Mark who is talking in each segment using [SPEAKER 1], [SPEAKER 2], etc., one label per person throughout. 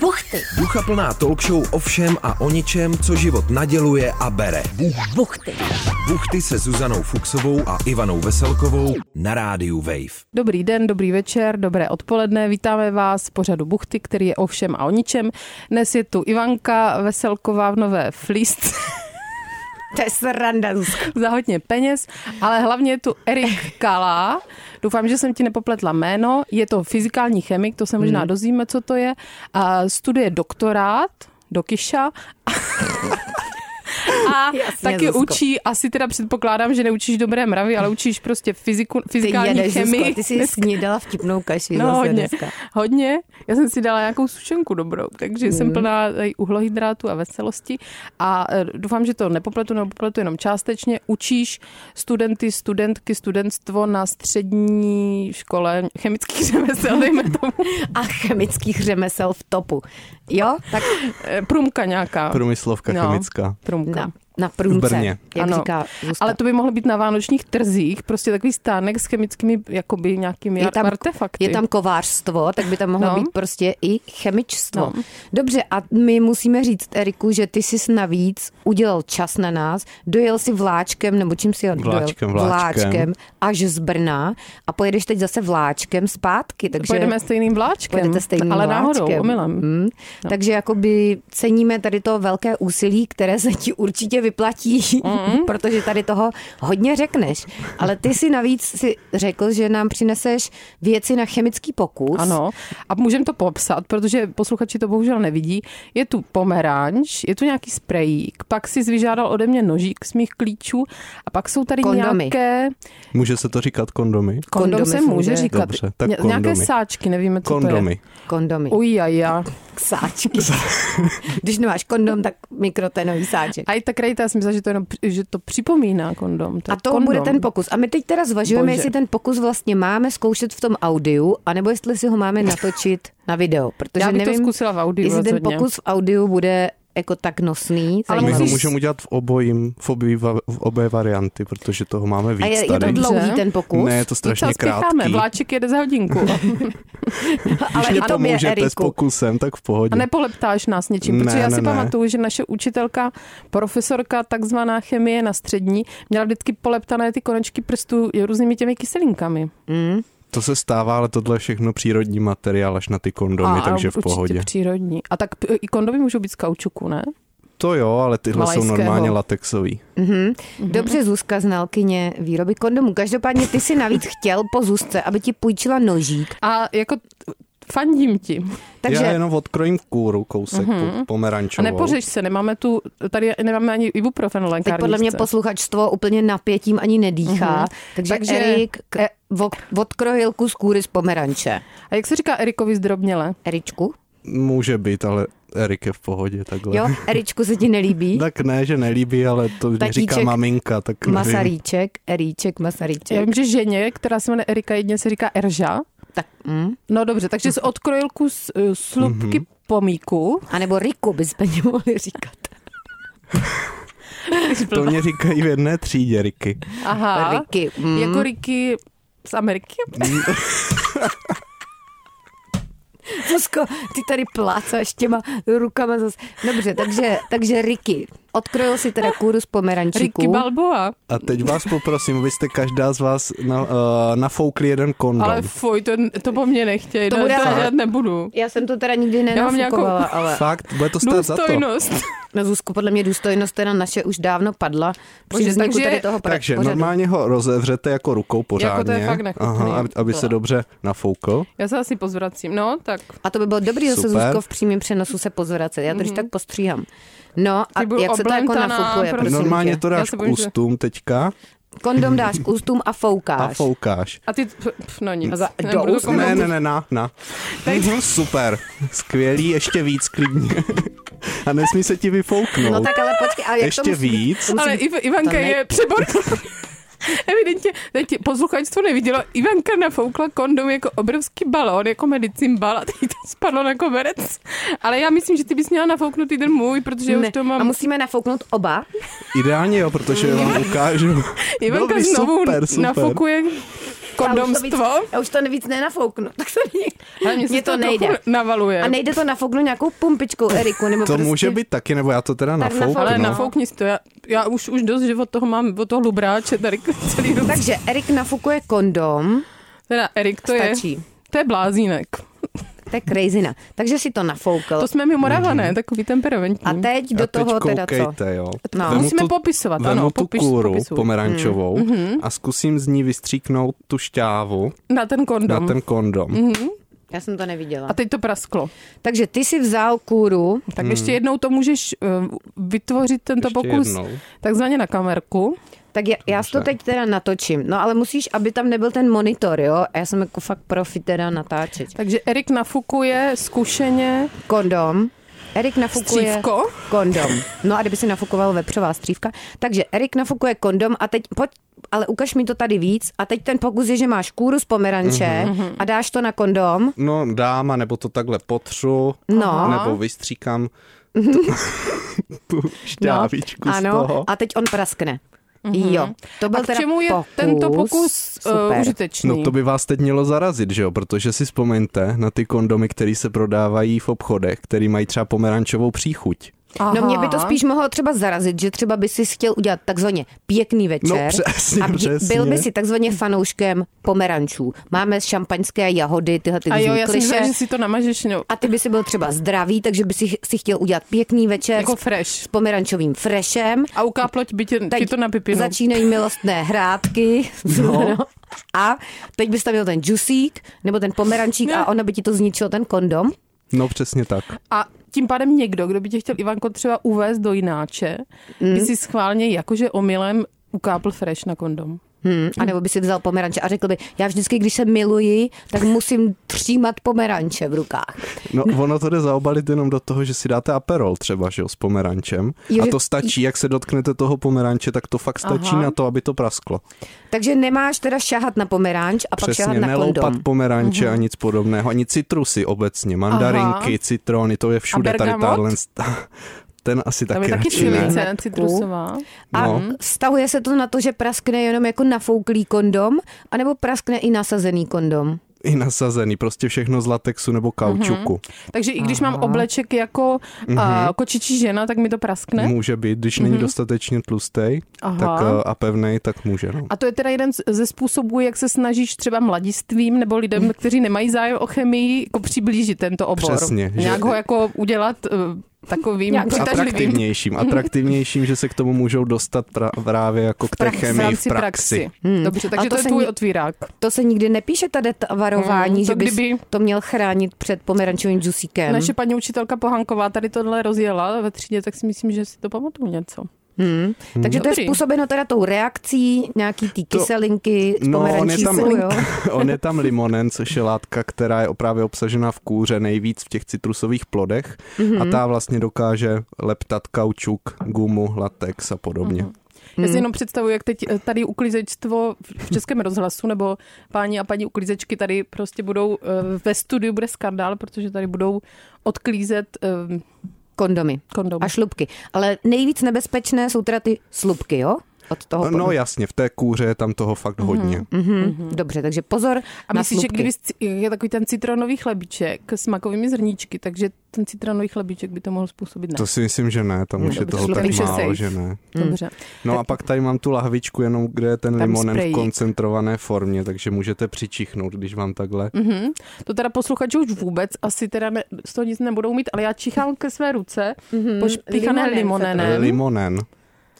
[SPEAKER 1] Buchty.
[SPEAKER 2] Ducha plná talk show o všem a o ničem, co život naděluje a bere.
[SPEAKER 1] Buchty.
[SPEAKER 2] Buchty se Zuzanou Fuxovou a Ivanou Veselkovou na rádiu Wave.
[SPEAKER 3] Dobrý den, dobrý večer, dobré odpoledne. Vítáme vás v pořadu Buchty, který je o všem a o ničem. Dnes je tu Ivanka Veselková v nové flíst
[SPEAKER 1] To je srandansk.
[SPEAKER 3] za hodně peněz, ale hlavně je tu Erik Kala. Doufám, že jsem ti nepopletla jméno. Je to fyzikální chemik, to se
[SPEAKER 1] Hmm.
[SPEAKER 3] možná dozvíme, co to je. A studuje doktorát do Kiša. A
[SPEAKER 1] Jasně,
[SPEAKER 3] taky
[SPEAKER 1] Zuzko.
[SPEAKER 3] učí, asi teda předpokládám, že neučíš dobré mravy, ale učíš prostě fyziku,
[SPEAKER 1] Ty
[SPEAKER 3] fyzikální
[SPEAKER 1] jedeš,
[SPEAKER 3] chemii.
[SPEAKER 1] Zuzko, ty jsi snídala vtipnou kaši
[SPEAKER 3] No
[SPEAKER 1] zase
[SPEAKER 3] hodně,
[SPEAKER 1] vlastně dneska.
[SPEAKER 3] hodně. Já jsem si dala nějakou sušenku dobrou, takže
[SPEAKER 1] Mhm.
[SPEAKER 3] jsem plná tady uhlohydrátů a veselosti a eh, doufám, že to nepopletu, nebo popletu jenom částečně. Učíš studenty, studentky, studentstvo na střední škole chemických řemesel, dejme tomu.
[SPEAKER 1] A chemických řemesel v topu. Jo? Tak
[SPEAKER 3] Eh, Průmka nějaká.
[SPEAKER 4] Průmyslovka
[SPEAKER 3] No,
[SPEAKER 4] chemická.
[SPEAKER 3] Průmka.
[SPEAKER 1] na, na průmce,
[SPEAKER 4] V Brně.
[SPEAKER 1] jak
[SPEAKER 3] Ano.
[SPEAKER 1] říká Zuzka.
[SPEAKER 3] Ale to by mohlo být na vánočních trzích, prostě takový stánek s chemickými jakoby nějakými
[SPEAKER 1] je tam,
[SPEAKER 3] artefakty.
[SPEAKER 1] je tam kovářstvo, tak by tam mohlo
[SPEAKER 3] No.
[SPEAKER 1] no. být prostě i chemičstvo.
[SPEAKER 3] No.
[SPEAKER 1] No. Dobře, a my musíme říct, Eriku, že ty jsi navíc udělal čas na nás, dojel si vláčkem, nebo čím si jel?
[SPEAKER 4] Vláčkem,
[SPEAKER 1] dojel?
[SPEAKER 4] vláčkem.
[SPEAKER 1] vláčkem. až z Brna a pojedeš teď zase vláčkem zpátky. Takže
[SPEAKER 3] Pojedeme stejným vláčkem,
[SPEAKER 1] Pojedete stejným
[SPEAKER 3] ale
[SPEAKER 1] vláčkem.
[SPEAKER 3] náhodou, omylem.
[SPEAKER 1] Hmm. No. Takže jakoby ceníme tady to velké úsilí, které se ti určitě vyplatí, mm. protože tady toho hodně řekneš. Ale ty si navíc si řekl, že nám přineseš věci na chemický pokus.
[SPEAKER 3] Ano, a můžeme to popsat, protože posluchači to bohužel nevidí. Je tu pomeranč, je tu nějaký sprejík, pak si vyžádal ode mě nožík z mých klíčů a pak jsou tady
[SPEAKER 1] Kondomy.
[SPEAKER 3] nějaké...
[SPEAKER 4] Může se to říkat kondomy?
[SPEAKER 3] Kondom
[SPEAKER 1] Kondomy
[SPEAKER 3] se
[SPEAKER 1] se
[SPEAKER 3] může
[SPEAKER 1] může.
[SPEAKER 3] říkat.
[SPEAKER 4] Dobře, tak
[SPEAKER 3] Ně- nějaké
[SPEAKER 4] kondomy.
[SPEAKER 3] sáčky, nevíme, co to je.
[SPEAKER 4] Kondomy.
[SPEAKER 1] Kondomy. U...
[SPEAKER 3] Ujaja.
[SPEAKER 1] Sáčky. Když nemáš kondom, tak mikrotenový sáček.
[SPEAKER 3] A i tak rejta, já jsem myslela, že to, jenom, že to připomíná kondom. To je
[SPEAKER 1] A to
[SPEAKER 3] kondom.
[SPEAKER 1] bude ten pokus. A my teď teda zvažujeme,
[SPEAKER 3] Bože.
[SPEAKER 1] jestli ten pokus vlastně máme zkoušet v tom audiu, anebo jestli si ho máme natočit na video. Protože
[SPEAKER 3] Já bych to
[SPEAKER 1] nevím,
[SPEAKER 3] zkusila v audiu
[SPEAKER 1] jestli ten
[SPEAKER 3] rozhodně.
[SPEAKER 1] pokus v audiu bude jako tak nosný.
[SPEAKER 3] Ale
[SPEAKER 4] My
[SPEAKER 1] zajímavý.
[SPEAKER 4] ho
[SPEAKER 3] musíš-
[SPEAKER 4] můžeme udělat v obojím, v, obě, v obě varianty, protože toho máme víc
[SPEAKER 1] A je, je to
[SPEAKER 4] tady.
[SPEAKER 1] dlouhý
[SPEAKER 3] Dobře.
[SPEAKER 1] ten pokus?
[SPEAKER 4] Ne, je to strašně
[SPEAKER 3] Docela spěcháme,
[SPEAKER 4] krátký.
[SPEAKER 3] vláček jede za hodinku.
[SPEAKER 1] ale
[SPEAKER 4] Když
[SPEAKER 1] i tobě,
[SPEAKER 4] nepomůžete s
[SPEAKER 1] Eriku.
[SPEAKER 4] pokusem, tak v pohodě.
[SPEAKER 3] A nepoleptáš nás něčím,
[SPEAKER 4] Ne,
[SPEAKER 3] protože já
[SPEAKER 4] ne,
[SPEAKER 3] si
[SPEAKER 4] ne.
[SPEAKER 3] pamatuju, že naše učitelka, profesorka takzvaná chemie na střední, měla vždycky poleptané ty konečky prstů různými těmi kyselinkami.
[SPEAKER 4] To se stává, ale tohle je všechno přírodní materiál až na ty kondomy, takže v
[SPEAKER 3] určitě
[SPEAKER 4] pohodě.
[SPEAKER 3] přírodní. A tak p- i kondomy můžou být z kaučuku, ne?
[SPEAKER 4] To jo, ale tyhle jsou
[SPEAKER 3] Malajského.
[SPEAKER 4] normálně latexový.
[SPEAKER 1] Dobře, Zuzka, znalkyně výroby kondomů. Každopádně ty si navíc chtěl po Zuzce, aby ti půjčila nožík.
[SPEAKER 3] A jako t- fandím ti.
[SPEAKER 1] Takže
[SPEAKER 4] Já jenom odkrojím kůru kousek mm-hmm.
[SPEAKER 3] A
[SPEAKER 4] pomerančovou.
[SPEAKER 3] nepořeš se, nemáme tu, tady nemáme ani ibuprofen v
[SPEAKER 1] teď
[SPEAKER 3] lékárničce.
[SPEAKER 1] podle mě posluchačstvo úplně napětím ani nedýchá. Takže,
[SPEAKER 3] Takže-
[SPEAKER 1] takže Erik Mhm. eh, k- vo- odkrojil kus kůry z pomeranče.
[SPEAKER 3] A jak se říká Erikovi zdrobněle?
[SPEAKER 1] Eričku?
[SPEAKER 4] Může být, ale Erik je v pohodě takhle.
[SPEAKER 1] Jo, Eričku se ti nelíbí?
[SPEAKER 4] Tak ne, že nelíbí, ale to mi říká
[SPEAKER 1] Tatíček
[SPEAKER 4] maminka, tak nevím.
[SPEAKER 1] Masaríček, Eríček,
[SPEAKER 3] Já
[SPEAKER 1] Masaríček.
[SPEAKER 3] vím, že ženě, která se jmenuje Erika, jedně se říká Erža.
[SPEAKER 1] Tak, mm.
[SPEAKER 3] No dobře, takže z odkrojilku z eh,
[SPEAKER 4] Mhm.
[SPEAKER 3] slupky pomíku.
[SPEAKER 1] A nebo Riku bychom mě mohli říkat.
[SPEAKER 4] To mě říkají v jedné třídě, Riky.
[SPEAKER 3] Aha.
[SPEAKER 1] Riky. Mm.
[SPEAKER 3] Jako Ricky z Ameriky?
[SPEAKER 1] Zuzko, ty tady plácáš těma rukama zase. Dobře, takže, takže Riky. Odkrojil si teda kůru z pomerančíku.
[SPEAKER 3] Ricky Balboa.
[SPEAKER 4] A teď vás poprosím, abyste každá z vás na, uh, nafoukli jeden kondom.
[SPEAKER 3] Ale fuj, to, to po mně nechtěj, to,
[SPEAKER 1] To
[SPEAKER 3] to
[SPEAKER 1] bude ale-
[SPEAKER 3] já nebudu.
[SPEAKER 1] Já jsem to teda nikdy
[SPEAKER 3] Já mám nějakou-
[SPEAKER 1] nenafukovala, ale
[SPEAKER 4] Fakt, bude to stát za to.
[SPEAKER 3] Důstojnost.
[SPEAKER 1] no Zuzko, podle mě důstojnost teda naše už dávno padla při
[SPEAKER 3] Bože,
[SPEAKER 1] vzniku
[SPEAKER 3] takže-
[SPEAKER 1] tady toho pra-
[SPEAKER 4] Takže
[SPEAKER 1] pořadu.
[SPEAKER 4] normálně ho rozevřete jako rukou pořádně,
[SPEAKER 3] Jako to je fakt nechutný.
[SPEAKER 4] Aha, aby, aby se
[SPEAKER 3] To-
[SPEAKER 4] dobře nafoukl.
[SPEAKER 3] Já se asi pozvracím. No, tak
[SPEAKER 1] A to by bylo dobrý, že se
[SPEAKER 4] Super.
[SPEAKER 1] Zuzko v přímém přenosu se pozvracet. Já to když tak postříhám. No a
[SPEAKER 3] Mhm. Ty budu
[SPEAKER 1] jak se to jako
[SPEAKER 3] oblemtaná,
[SPEAKER 1] nafukuje,
[SPEAKER 3] prostě.
[SPEAKER 1] prosím
[SPEAKER 4] Normálně
[SPEAKER 1] tě.
[SPEAKER 4] to
[SPEAKER 3] Já
[SPEAKER 4] dáš
[SPEAKER 3] se
[SPEAKER 4] k
[SPEAKER 3] bojím, že-
[SPEAKER 4] ústům teďka
[SPEAKER 1] Kondom dáš k ústům a foukáš.
[SPEAKER 4] a foukáš.
[SPEAKER 3] a ty, pf, pf, no nic.
[SPEAKER 1] A za-
[SPEAKER 3] Nebudu
[SPEAKER 1] do úst?
[SPEAKER 3] komentovat.
[SPEAKER 4] Ne, ne, ne, na, na. Mhm, Super, skvělý, ještě víc klidně. A nesmí se ti vyfouknout.
[SPEAKER 1] No tak ale počkej, ale jak to
[SPEAKER 4] ještě
[SPEAKER 1] musí...
[SPEAKER 4] víc.
[SPEAKER 1] musí
[SPEAKER 3] Ale
[SPEAKER 1] být-
[SPEAKER 3] Iv- Ivanka
[SPEAKER 1] to ne-
[SPEAKER 3] je přebor. Evidentně, teď posluchačstvo nevidělo. Ivanka nafoukla kondom jako obrovský balón, jako medicimbal a teď to spadlo na koberec. Ale já myslím, že ty bys měla nafouknout i ten můj, protože já
[SPEAKER 1] Ne.
[SPEAKER 3] už to mám.
[SPEAKER 1] A musíme nafouknout oba.
[SPEAKER 4] Ideálně jo, protože vám ukážu.
[SPEAKER 3] Ivanka
[SPEAKER 4] Dobrý,
[SPEAKER 3] znovu
[SPEAKER 4] super, super.
[SPEAKER 3] nafukuje kondomstvo.
[SPEAKER 1] Já už to víc, já už to víc nenafouknu. Tak se mě,
[SPEAKER 3] Ale mně se
[SPEAKER 1] mě to,
[SPEAKER 3] to trochu
[SPEAKER 1] nejde.
[SPEAKER 3] navaluje.
[SPEAKER 1] A nejde to nafouknout nějakou pumpičkou, Eriku, nebo
[SPEAKER 4] To
[SPEAKER 1] prostě...
[SPEAKER 4] může být taky, nebo já to teda nafouknu.
[SPEAKER 1] nafouknu.
[SPEAKER 3] Ale
[SPEAKER 1] No.
[SPEAKER 3] no. nafoukni si to, já, já už, už dost, že od toho mám, od toho lubráče tady celý ruce.
[SPEAKER 1] Takže Erik nafukuje kondom,
[SPEAKER 3] Teda Erik, to
[SPEAKER 1] stačí.
[SPEAKER 3] je, to je blázínek.
[SPEAKER 1] To je crazyna. Takže si to nafoukl.
[SPEAKER 3] To jsme mimoravané, takový temperamentní.
[SPEAKER 1] A teď do
[SPEAKER 4] A teď
[SPEAKER 1] toho teda co?
[SPEAKER 4] koukejte, jo.
[SPEAKER 1] No.
[SPEAKER 4] Vemu
[SPEAKER 3] Musíme
[SPEAKER 4] tu-
[SPEAKER 3] popisovat,
[SPEAKER 4] Vemu
[SPEAKER 3] ano,
[SPEAKER 4] tu
[SPEAKER 3] popiš-
[SPEAKER 4] kůru Mm.
[SPEAKER 3] popisuj.
[SPEAKER 4] pomerančovou
[SPEAKER 1] Mhm.
[SPEAKER 4] a zkusím z ní vystříknout tu šťávu
[SPEAKER 3] Na ten kondom.
[SPEAKER 4] na
[SPEAKER 1] No.
[SPEAKER 4] ten kondom.
[SPEAKER 1] Mhm.
[SPEAKER 4] Mm.
[SPEAKER 1] Já jsem to neviděla.
[SPEAKER 3] A teď to prasklo.
[SPEAKER 1] Takže ty si vzal kůru,
[SPEAKER 3] Tak hmm. ještě jednou to můžeš eh, vytvořit tento
[SPEAKER 4] Ještě
[SPEAKER 3] pokus
[SPEAKER 4] jednou.
[SPEAKER 3] takzvaně na kamerku.
[SPEAKER 1] tak já, já si to teď teda natočím. No ale musíš, aby tam nebyl ten monitor, jo? A já jsem jako fakt profi teda natáčet.
[SPEAKER 3] Takže Erik nafukuje zkušeně
[SPEAKER 1] Kondom. Erik nafukuje
[SPEAKER 3] Střívko?
[SPEAKER 1] kondom. No a kdyby si nafukoval vepřová střívka. Takže Erik nafukuje kondom a teď pojď, ale ukaž mi to tady víc. A teď ten pokus je, že máš kůru z pomeranče
[SPEAKER 4] Mhm.
[SPEAKER 3] Mhm.
[SPEAKER 1] mm-hmm. a dáš to na kondom.
[SPEAKER 4] No dám, a nebo to takhle potřu,
[SPEAKER 1] No. Mhm.
[SPEAKER 4] nebo vystříkám tu, tu šťávičku z
[SPEAKER 1] ano,
[SPEAKER 4] toho.
[SPEAKER 1] a teď on praskne. Mm-hmm. Jo, to byl
[SPEAKER 3] Mhm. A k
[SPEAKER 1] teda
[SPEAKER 3] čemu je
[SPEAKER 1] pokus.
[SPEAKER 3] tento pokus uh,
[SPEAKER 1] Super.
[SPEAKER 3] užitečný?
[SPEAKER 4] No to by vás teď mělo zarazit, že jo? Protože si vzpomeňte na ty kondomy, které se prodávají v obchodech, které mají třeba pomerančovou příchuť.
[SPEAKER 3] Aha.
[SPEAKER 1] No mě by to spíš mohlo třeba zarazit, že třeba by si chtěl udělat takzvaně pěkný večer.
[SPEAKER 4] No, přesně,
[SPEAKER 1] a bě-
[SPEAKER 4] přesně.
[SPEAKER 1] Byl by si takzvaně fanouškem pomerančů. Máme šampaňské jahody, tyhle ty
[SPEAKER 3] A jo,
[SPEAKER 1] různý
[SPEAKER 3] já jsem
[SPEAKER 1] kliše.
[SPEAKER 3] myslela, že si to namažeš no,
[SPEAKER 1] A ty by si byl třeba zdravý, takže by si, si chtěl udělat pěkný večer
[SPEAKER 3] jako
[SPEAKER 1] s,
[SPEAKER 3] fresh.
[SPEAKER 1] s pomerančovým frešem.
[SPEAKER 3] A ukáploť by tě, ti
[SPEAKER 1] Teď
[SPEAKER 3] to napipinu.
[SPEAKER 1] začínají milostné hrátky. No. A teď bys tam měl ten džusík, nebo ten
[SPEAKER 3] No.
[SPEAKER 1] pomerančík a ono by ti to zničilo ten kondom.
[SPEAKER 4] No přesně tak.
[SPEAKER 3] A tím pádem někdo, kdo by tě chtěl Ivanko třeba uvést do jináče, mm. by si schválně jakože omylem ukápl fresh na kondom.
[SPEAKER 1] Hmm, a nebo by si vzal pomeranče a řekl by, já vždycky, když se miluji, tak musím třímat pomeranče v rukách.
[SPEAKER 4] No ono to jde zaobalit jenom do toho, že si dáte aperol třeba, že jo, s pomerančem.
[SPEAKER 1] Jo,
[SPEAKER 4] a
[SPEAKER 1] že-
[SPEAKER 4] to stačí, jak se dotknete toho pomeranče, tak to fakt stačí
[SPEAKER 3] Aha.
[SPEAKER 4] na to, aby to prasklo.
[SPEAKER 1] Takže nemáš teda šahat na pomeranč a pak šahat
[SPEAKER 4] Přesně,
[SPEAKER 1] na
[SPEAKER 4] neloupat
[SPEAKER 1] kondom.
[SPEAKER 4] pomeranče a nic podobného, ani citrusy obecně, mandarinky,
[SPEAKER 3] Aha.
[SPEAKER 4] citrony, to je všude tady
[SPEAKER 3] bergamot?
[SPEAKER 4] tahle... Ten asi
[SPEAKER 3] Tam je
[SPEAKER 4] taky
[SPEAKER 3] taky
[SPEAKER 4] radši ne.
[SPEAKER 3] čilice citrusová.
[SPEAKER 1] A
[SPEAKER 4] No.
[SPEAKER 1] vztahuje se to na to, že praskne jenom jako nafouklý kondom, anebo praskne i nasazený kondom.
[SPEAKER 4] I nasazený, prostě všechno z latexu nebo kaučuku.
[SPEAKER 3] Takže i když mám obleček jako
[SPEAKER 4] Mhm.
[SPEAKER 3] mm-hmm. uh, kočičí žena, tak mi to praskne.
[SPEAKER 4] Může být, když není dostatečně tlustej
[SPEAKER 3] Mhm. Aha.
[SPEAKER 4] tak, eh, a pevnej, tak může. No.
[SPEAKER 3] A to je teda jeden z- ze způsobů, jak se snažíš třeba mladistvím nebo
[SPEAKER 4] Mm.
[SPEAKER 3] lidem, kteří nemají zájem o chemii, jako přiblížit tento obor.
[SPEAKER 4] Přesně, že-
[SPEAKER 3] Nějak ho jako udělat eh, takovým
[SPEAKER 1] Nějak
[SPEAKER 3] přitažlivým.
[SPEAKER 4] Atraktivnějším, atraktivnějším, že se k tomu můžou dostat pra- právě jako k té
[SPEAKER 1] praxi,
[SPEAKER 3] V
[SPEAKER 4] chemii v
[SPEAKER 3] rámci
[SPEAKER 4] praxi.
[SPEAKER 3] praxi.
[SPEAKER 1] Hmm.
[SPEAKER 3] Dobře,
[SPEAKER 1] Ale
[SPEAKER 3] takže
[SPEAKER 1] to
[SPEAKER 3] to, je
[SPEAKER 1] se
[SPEAKER 3] tvůj
[SPEAKER 1] ni-
[SPEAKER 3] otvírák.
[SPEAKER 1] To se nikdy nepíše tady ta varování,
[SPEAKER 3] Mm,
[SPEAKER 1] že
[SPEAKER 3] to
[SPEAKER 1] bys
[SPEAKER 3] kdyby-
[SPEAKER 1] to měl chránit před pomerančovým džusíkem.
[SPEAKER 3] Naše paní učitelka Pohanková tady tohle rozjela ve třídě, tak si myslím, že si to pamatuju něco.
[SPEAKER 1] Hmm. Takže to je
[SPEAKER 3] Dobrý.
[SPEAKER 1] způsobeno teda tou reakcí, nějaký ty kyselinky z
[SPEAKER 4] No, on je, tam,
[SPEAKER 1] pomerančíku, jo?
[SPEAKER 4] on je tam limonen, což je látka, která je právě obsažena v kůře nejvíc v těch citrusových plodech mm-hmm.
[SPEAKER 3] Mhm.
[SPEAKER 4] a ta vlastně dokáže leptat kaučuk, gumu, latex a podobně.
[SPEAKER 3] Mhm.
[SPEAKER 4] Mm-hmm.
[SPEAKER 3] Já si jenom představuji, jak teď eh, tady uklízečstvo v- v Českém rozhlasu, nebo páni a paní uklízečky tady prostě budou, eh, ve studiu bude skandál, protože tady budou odklízet eh,
[SPEAKER 1] Kondomy.
[SPEAKER 3] kondom.
[SPEAKER 1] A šlubky. Ale nejvíc nebezpečné jsou teda ty slupky, jo? Od toho
[SPEAKER 4] No
[SPEAKER 1] pom-
[SPEAKER 4] jasně, v té kůře je tam toho fakt hodně.
[SPEAKER 1] Mhm. Dobře, takže pozor
[SPEAKER 3] A
[SPEAKER 1] na
[SPEAKER 3] myslíš, že
[SPEAKER 1] slupky.
[SPEAKER 3] kdyby sci- je takový ten citronový chlebíček s makovými zrníčky, takže ten citronový chlebíček by to mohl způsobit, ne?
[SPEAKER 4] To si myslím, že ne, tam už
[SPEAKER 3] Mhm.
[SPEAKER 4] je
[SPEAKER 3] dobře,
[SPEAKER 4] toho
[SPEAKER 3] slupky
[SPEAKER 4] tak
[SPEAKER 3] už je
[SPEAKER 4] málo,
[SPEAKER 3] safe.
[SPEAKER 4] že ne.
[SPEAKER 3] Dobře.
[SPEAKER 4] No a pak tady mám tu lahvičku, jenom kde je ten
[SPEAKER 3] Tam
[SPEAKER 4] limonen v
[SPEAKER 3] sprejík.
[SPEAKER 4] koncentrované formě, takže můžete přičichnout, když vám takhle.
[SPEAKER 3] Mhm. To teda posluchači už vůbec asi teda ne, z toho nic nebudou mít, ale já čichám ke své ruce
[SPEAKER 1] Mhm.
[SPEAKER 3] mm-hmm. pošpíchané
[SPEAKER 1] Limonem se to-
[SPEAKER 3] limonenem.
[SPEAKER 4] Limonen.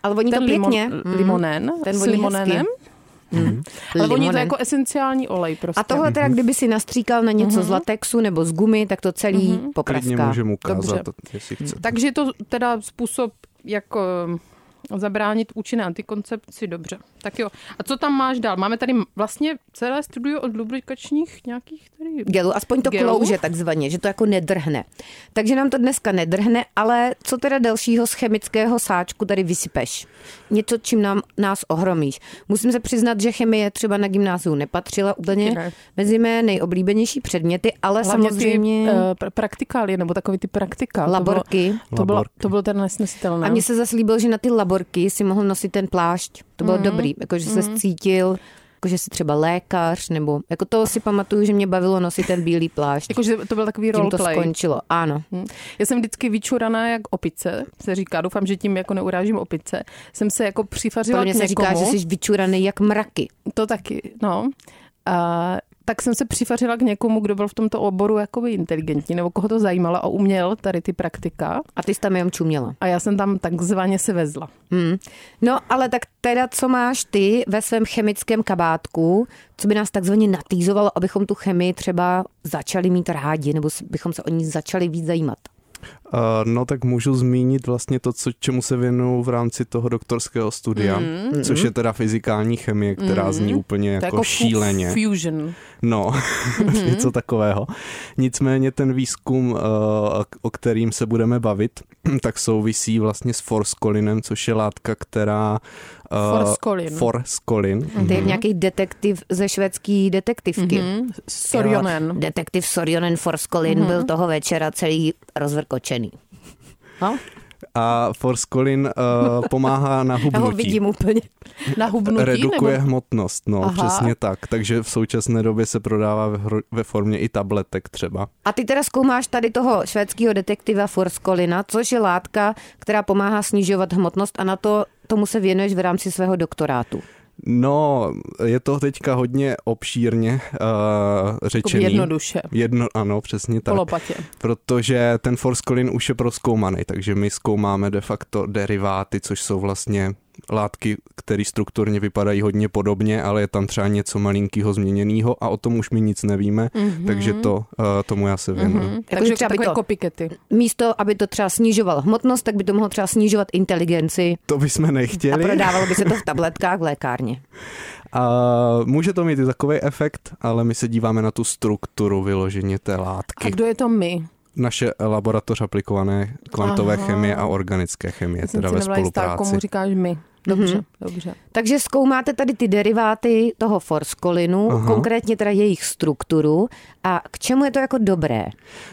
[SPEAKER 1] Ale voní to
[SPEAKER 3] ten
[SPEAKER 1] pěkně.
[SPEAKER 3] Limon, mm-hmm.
[SPEAKER 1] Mhm.
[SPEAKER 3] limonen.
[SPEAKER 1] Ten
[SPEAKER 3] s
[SPEAKER 1] voní
[SPEAKER 3] limonenem.
[SPEAKER 4] Mhm.
[SPEAKER 3] Ale voní to
[SPEAKER 1] Limonen.
[SPEAKER 3] jako esenciální olej prostě.
[SPEAKER 1] Mhm. A tohle teda, kdyby si nastříkal na
[SPEAKER 3] Mhm.
[SPEAKER 1] něco z latexu nebo z gumy, tak to celý
[SPEAKER 4] Klidně
[SPEAKER 1] popraská.
[SPEAKER 4] můžeme ukázat,
[SPEAKER 3] Dobře. Hmm.
[SPEAKER 4] jestli chcete.
[SPEAKER 1] Mm-hmm.
[SPEAKER 3] Takže je to teda způsob, jak eh, zabránit účinné antikoncepci, dobře. Tak jo. A co tam máš dál? Máme tady vlastně celé studio od lubrikačních nějakých tady...
[SPEAKER 1] gelu, aspoň to
[SPEAKER 3] Gelu?
[SPEAKER 1] klouže takzvaně, že to jako nedrhne. Takže nám to dneska nedrhne, ale co teda dalšího z chemického sáčku tady vysypeš? Něco, čím nám, nás ohromíš. Musím se přiznat, že chemie třeba na gymnáziu nepatřila úplně
[SPEAKER 3] Ne.
[SPEAKER 1] mezi mé nejoblíbenější předměty, ale
[SPEAKER 3] Hlavně
[SPEAKER 1] samozřejmě...
[SPEAKER 3] ty eh, pra- praktikálie, nebo takový ty praktika.
[SPEAKER 1] Laborky.
[SPEAKER 3] To bylo,
[SPEAKER 4] Laborky.
[SPEAKER 3] to bylo teda nesnesitelné.
[SPEAKER 1] A mně
[SPEAKER 3] Mm.
[SPEAKER 1] se zaslíbil, že na ty laborky si mohl nosit ten plášť. To bylo mm. dobrý, jakože se cítil jakože si třeba lékař, nebo jako to si pamatuju, že mě bavilo nosit ten bílý plášť.
[SPEAKER 3] Jakože to byl takový
[SPEAKER 1] Tím to
[SPEAKER 3] roleplay.
[SPEAKER 1] skončilo, ano.
[SPEAKER 3] Hm. Já jsem vždycky vyčuraná jak opice, se říká, doufám, že tím jako neurážím opice. Jsem se jako přifařila
[SPEAKER 1] Pro
[SPEAKER 3] k
[SPEAKER 1] mě se
[SPEAKER 3] někomu.
[SPEAKER 1] říká, že jsi vyčuraný jak mraky.
[SPEAKER 3] To taky, no. A, tak jsem se přifařila k někomu, kdo byl v tomto oboru jakoby inteligentní, nebo koho to zajímalo a uměl tady ty praktika.
[SPEAKER 1] A ty jsi tam jenom čuměla.
[SPEAKER 3] A já jsem tam takzvaně se vezla.
[SPEAKER 1] Hmm. No ale tak teda, co máš ty ve svém chemickém kabátku, co by nás takzvaně natýzovalo, abychom tu chemii třeba začali mít rádi, nebo s- bychom se o ní začali víc zajímat?
[SPEAKER 4] Eh, No tak můžu zmínit vlastně to, co, čemu se věnuju v rámci toho doktorského studia, mm. což je teda fyzikální chemie, která mm. zní úplně
[SPEAKER 3] Hmm. To je
[SPEAKER 4] jako,
[SPEAKER 3] jako fu-
[SPEAKER 4] šíleně.
[SPEAKER 3] fusion.
[SPEAKER 4] No,
[SPEAKER 3] Mhm.
[SPEAKER 4] něco takového. Nicméně ten výzkum, eh, k- o kterým se budeme bavit, tak souvisí vlastně s forskolinem, což je látka, která... eh,
[SPEAKER 3] Forskolin. Mhm.
[SPEAKER 4] Forskolin. Mhm.
[SPEAKER 1] To je jak nějaký detektiv ze švédský detektivky.
[SPEAKER 3] Hm? Sorionen.
[SPEAKER 1] Detektiv Sorionen Forskolin mm-hmm. byl toho večera celý rozvrkočený. No,
[SPEAKER 4] A forskolin eh, pomáhá na
[SPEAKER 1] já ho
[SPEAKER 4] hubnutí.
[SPEAKER 1] vidím úplně.
[SPEAKER 3] Na hubnutí?
[SPEAKER 4] Redukuje
[SPEAKER 3] Nebo...
[SPEAKER 4] hmotnost, no
[SPEAKER 3] Aha.
[SPEAKER 4] přesně tak. Takže v současné době se prodává ve, hro- ve formě i tabletek třeba.
[SPEAKER 1] A ty teda zkoumáš tady toho švédského detektiva Forskolina, což je látka, která pomáhá snižovat hmotnost a na to tomu se věnuješ v rámci svého doktorátu. Jako,
[SPEAKER 4] No, je to teďka hodně obšírně uh, řečený.
[SPEAKER 3] Jako jednoduše.
[SPEAKER 4] Jedno, ano, přesně tak.
[SPEAKER 3] Polopatě.
[SPEAKER 1] Jako
[SPEAKER 4] Protože ten forskolin už je proskoumaný, takže my zkoumáme de facto deriváty, což jsou vlastně látky, které strukturně vypadají hodně podobně, ale je tam třeba něco malinkého změněného a o tom už my nic nevíme,
[SPEAKER 3] Mhm.
[SPEAKER 4] mm-hmm. takže to uh, tomu já se věnuju. Mm-hmm.
[SPEAKER 3] Takže jako
[SPEAKER 1] třeba by
[SPEAKER 3] takové
[SPEAKER 1] to-
[SPEAKER 3] kopikety.
[SPEAKER 1] Místo, aby to třeba snižoval hmotnost, tak by to mohlo třeba snižovat inteligenci
[SPEAKER 4] To bychom
[SPEAKER 1] a
[SPEAKER 4] nechtěli.
[SPEAKER 1] prodávalo by se to v tabletkách v lékárně.
[SPEAKER 4] A může to mít i takový efekt, ale my se díváme na tu strukturu vyloženě té
[SPEAKER 3] A
[SPEAKER 4] látky.
[SPEAKER 3] kdo je to my?
[SPEAKER 4] Naše laboratoř aplikované kvantové
[SPEAKER 3] Aha.
[SPEAKER 4] Aha. chemie a organické chemie,
[SPEAKER 3] Já jsem
[SPEAKER 4] teda
[SPEAKER 3] si
[SPEAKER 4] ve
[SPEAKER 3] nebyla jistá, jako
[SPEAKER 4] spolupráci.
[SPEAKER 3] komu říkáš
[SPEAKER 1] Mhm.
[SPEAKER 3] my. Dobře, mm-hmm. dobře.
[SPEAKER 1] Takže zkoumáte tady ty deriváty toho forskolinu, Aha. konkrétně teda jejich strukturu a k čemu je to jako dobré?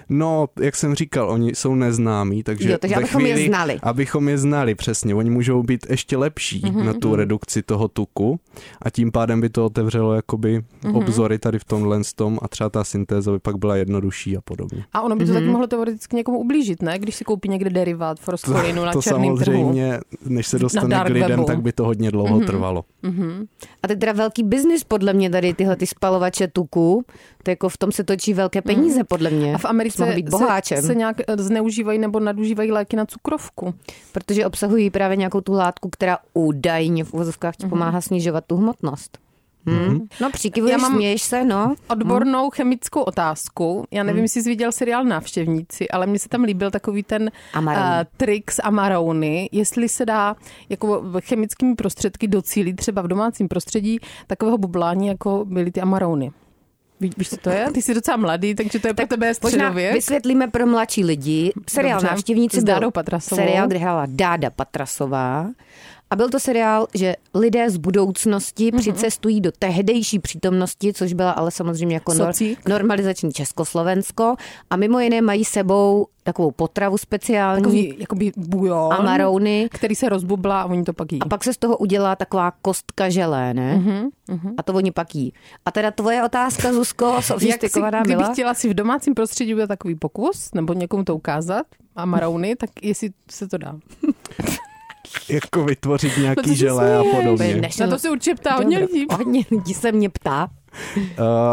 [SPEAKER 4] No, jak jsem říkal, oni jsou neznámí, takže,
[SPEAKER 1] Jo, takže
[SPEAKER 4] ve
[SPEAKER 1] abychom je
[SPEAKER 4] chvíli,
[SPEAKER 1] znali.
[SPEAKER 4] Abychom je znali, přesně. Oni můžou být ještě lepší mm-hmm. na tu redukci toho tuku a tím pádem by to otevřelo jakoby mm-hmm. obzory tady v tomhle tom a třeba ta syntéza by pak byla jednodušší a podobně.
[SPEAKER 3] A ono by to mm-hmm. taky mohlo teoreticky někomu ublížit, ne? Když si koupí někde derivát forskolinu na
[SPEAKER 4] Mhm. to
[SPEAKER 3] černém trhu.
[SPEAKER 4] samozřejmě, než se dostane
[SPEAKER 3] dark
[SPEAKER 4] k lidem,
[SPEAKER 3] webu.
[SPEAKER 4] tak by to hodně dlouho mm-hmm. trvalo.
[SPEAKER 1] A to je teda velký biznis podle mě tady tyhle ty spalovače tuku. To jako v tom se točí velké peníze podle mě.
[SPEAKER 3] Mhm. A v
[SPEAKER 1] Jsi mohl
[SPEAKER 3] Americe
[SPEAKER 1] být boháčem,
[SPEAKER 3] se, se nějak eh, zneužívají nebo nadužívají léky na cukrovku.
[SPEAKER 1] protože obsahují právě nějakou tu látku, která údajně v uvozovkách ti pomáhá snižovat tu hmotnost. Hmm. No přikivuješ,
[SPEAKER 3] Mhm. Já mám-
[SPEAKER 1] mám... směješ se, no.
[SPEAKER 3] Odbornou
[SPEAKER 4] Mhm.
[SPEAKER 3] chemickou otázku. Já nevím, jestli jsi viděl seriál Návštěvníci, ale mně se tam líbil takový ten
[SPEAKER 1] Amarone.
[SPEAKER 3] eh, trik s amarouny, jestli se dá jako v- chemickými prostředky docílit třeba v domácím prostředí takového bublání, jako byly ty amarouny. Ví- Víš, co to je? Ty jsi docela mladý, takže to je tak pro tebe
[SPEAKER 1] Možná
[SPEAKER 3] středověk.
[SPEAKER 1] vysvětlíme pro mladší lidi. Seriál
[SPEAKER 3] Dobře.
[SPEAKER 1] Návštěvníci
[SPEAKER 3] S Dádou
[SPEAKER 1] byl
[SPEAKER 3] Patrasovou.
[SPEAKER 1] seriál, kde hrála Dáda Patrasová. A byl to seriál, že lidé z budoucnosti
[SPEAKER 3] Mhm.
[SPEAKER 1] mm-hmm. přicestují do tehdejší přítomnosti, což byla ale samozřejmě jako nor-
[SPEAKER 3] Socík.
[SPEAKER 1] normalizační Československo. A mimo jiné mají sebou takovou potravu speciální,
[SPEAKER 3] Takový, jakoby bujon,
[SPEAKER 1] amarouny.
[SPEAKER 3] který se rozbublá a oni to pak jí.
[SPEAKER 1] A pak se z toho udělá taková kostka želé, ne?
[SPEAKER 3] Mhm,
[SPEAKER 1] Mm-hmm, A to oni pak jí. A teda tvoje otázka, Zuzko,
[SPEAKER 3] Jak si,
[SPEAKER 1] sofistikovaná
[SPEAKER 3] kdyby
[SPEAKER 1] byla?
[SPEAKER 3] chtěla si v domácím prostředí udělat takový pokus, nebo někomu to ukázat, a marouny, tak jestli se to dá.
[SPEAKER 4] Jako vytvořit
[SPEAKER 3] ty se
[SPEAKER 4] nějaký želé a
[SPEAKER 3] směješ.
[SPEAKER 4] podobně.
[SPEAKER 1] Než-
[SPEAKER 3] Na to se určitě ptá hodně
[SPEAKER 1] Dobro.
[SPEAKER 3] lidí.
[SPEAKER 1] Hodně lidí se mě ptá.
[SPEAKER 4] Uh,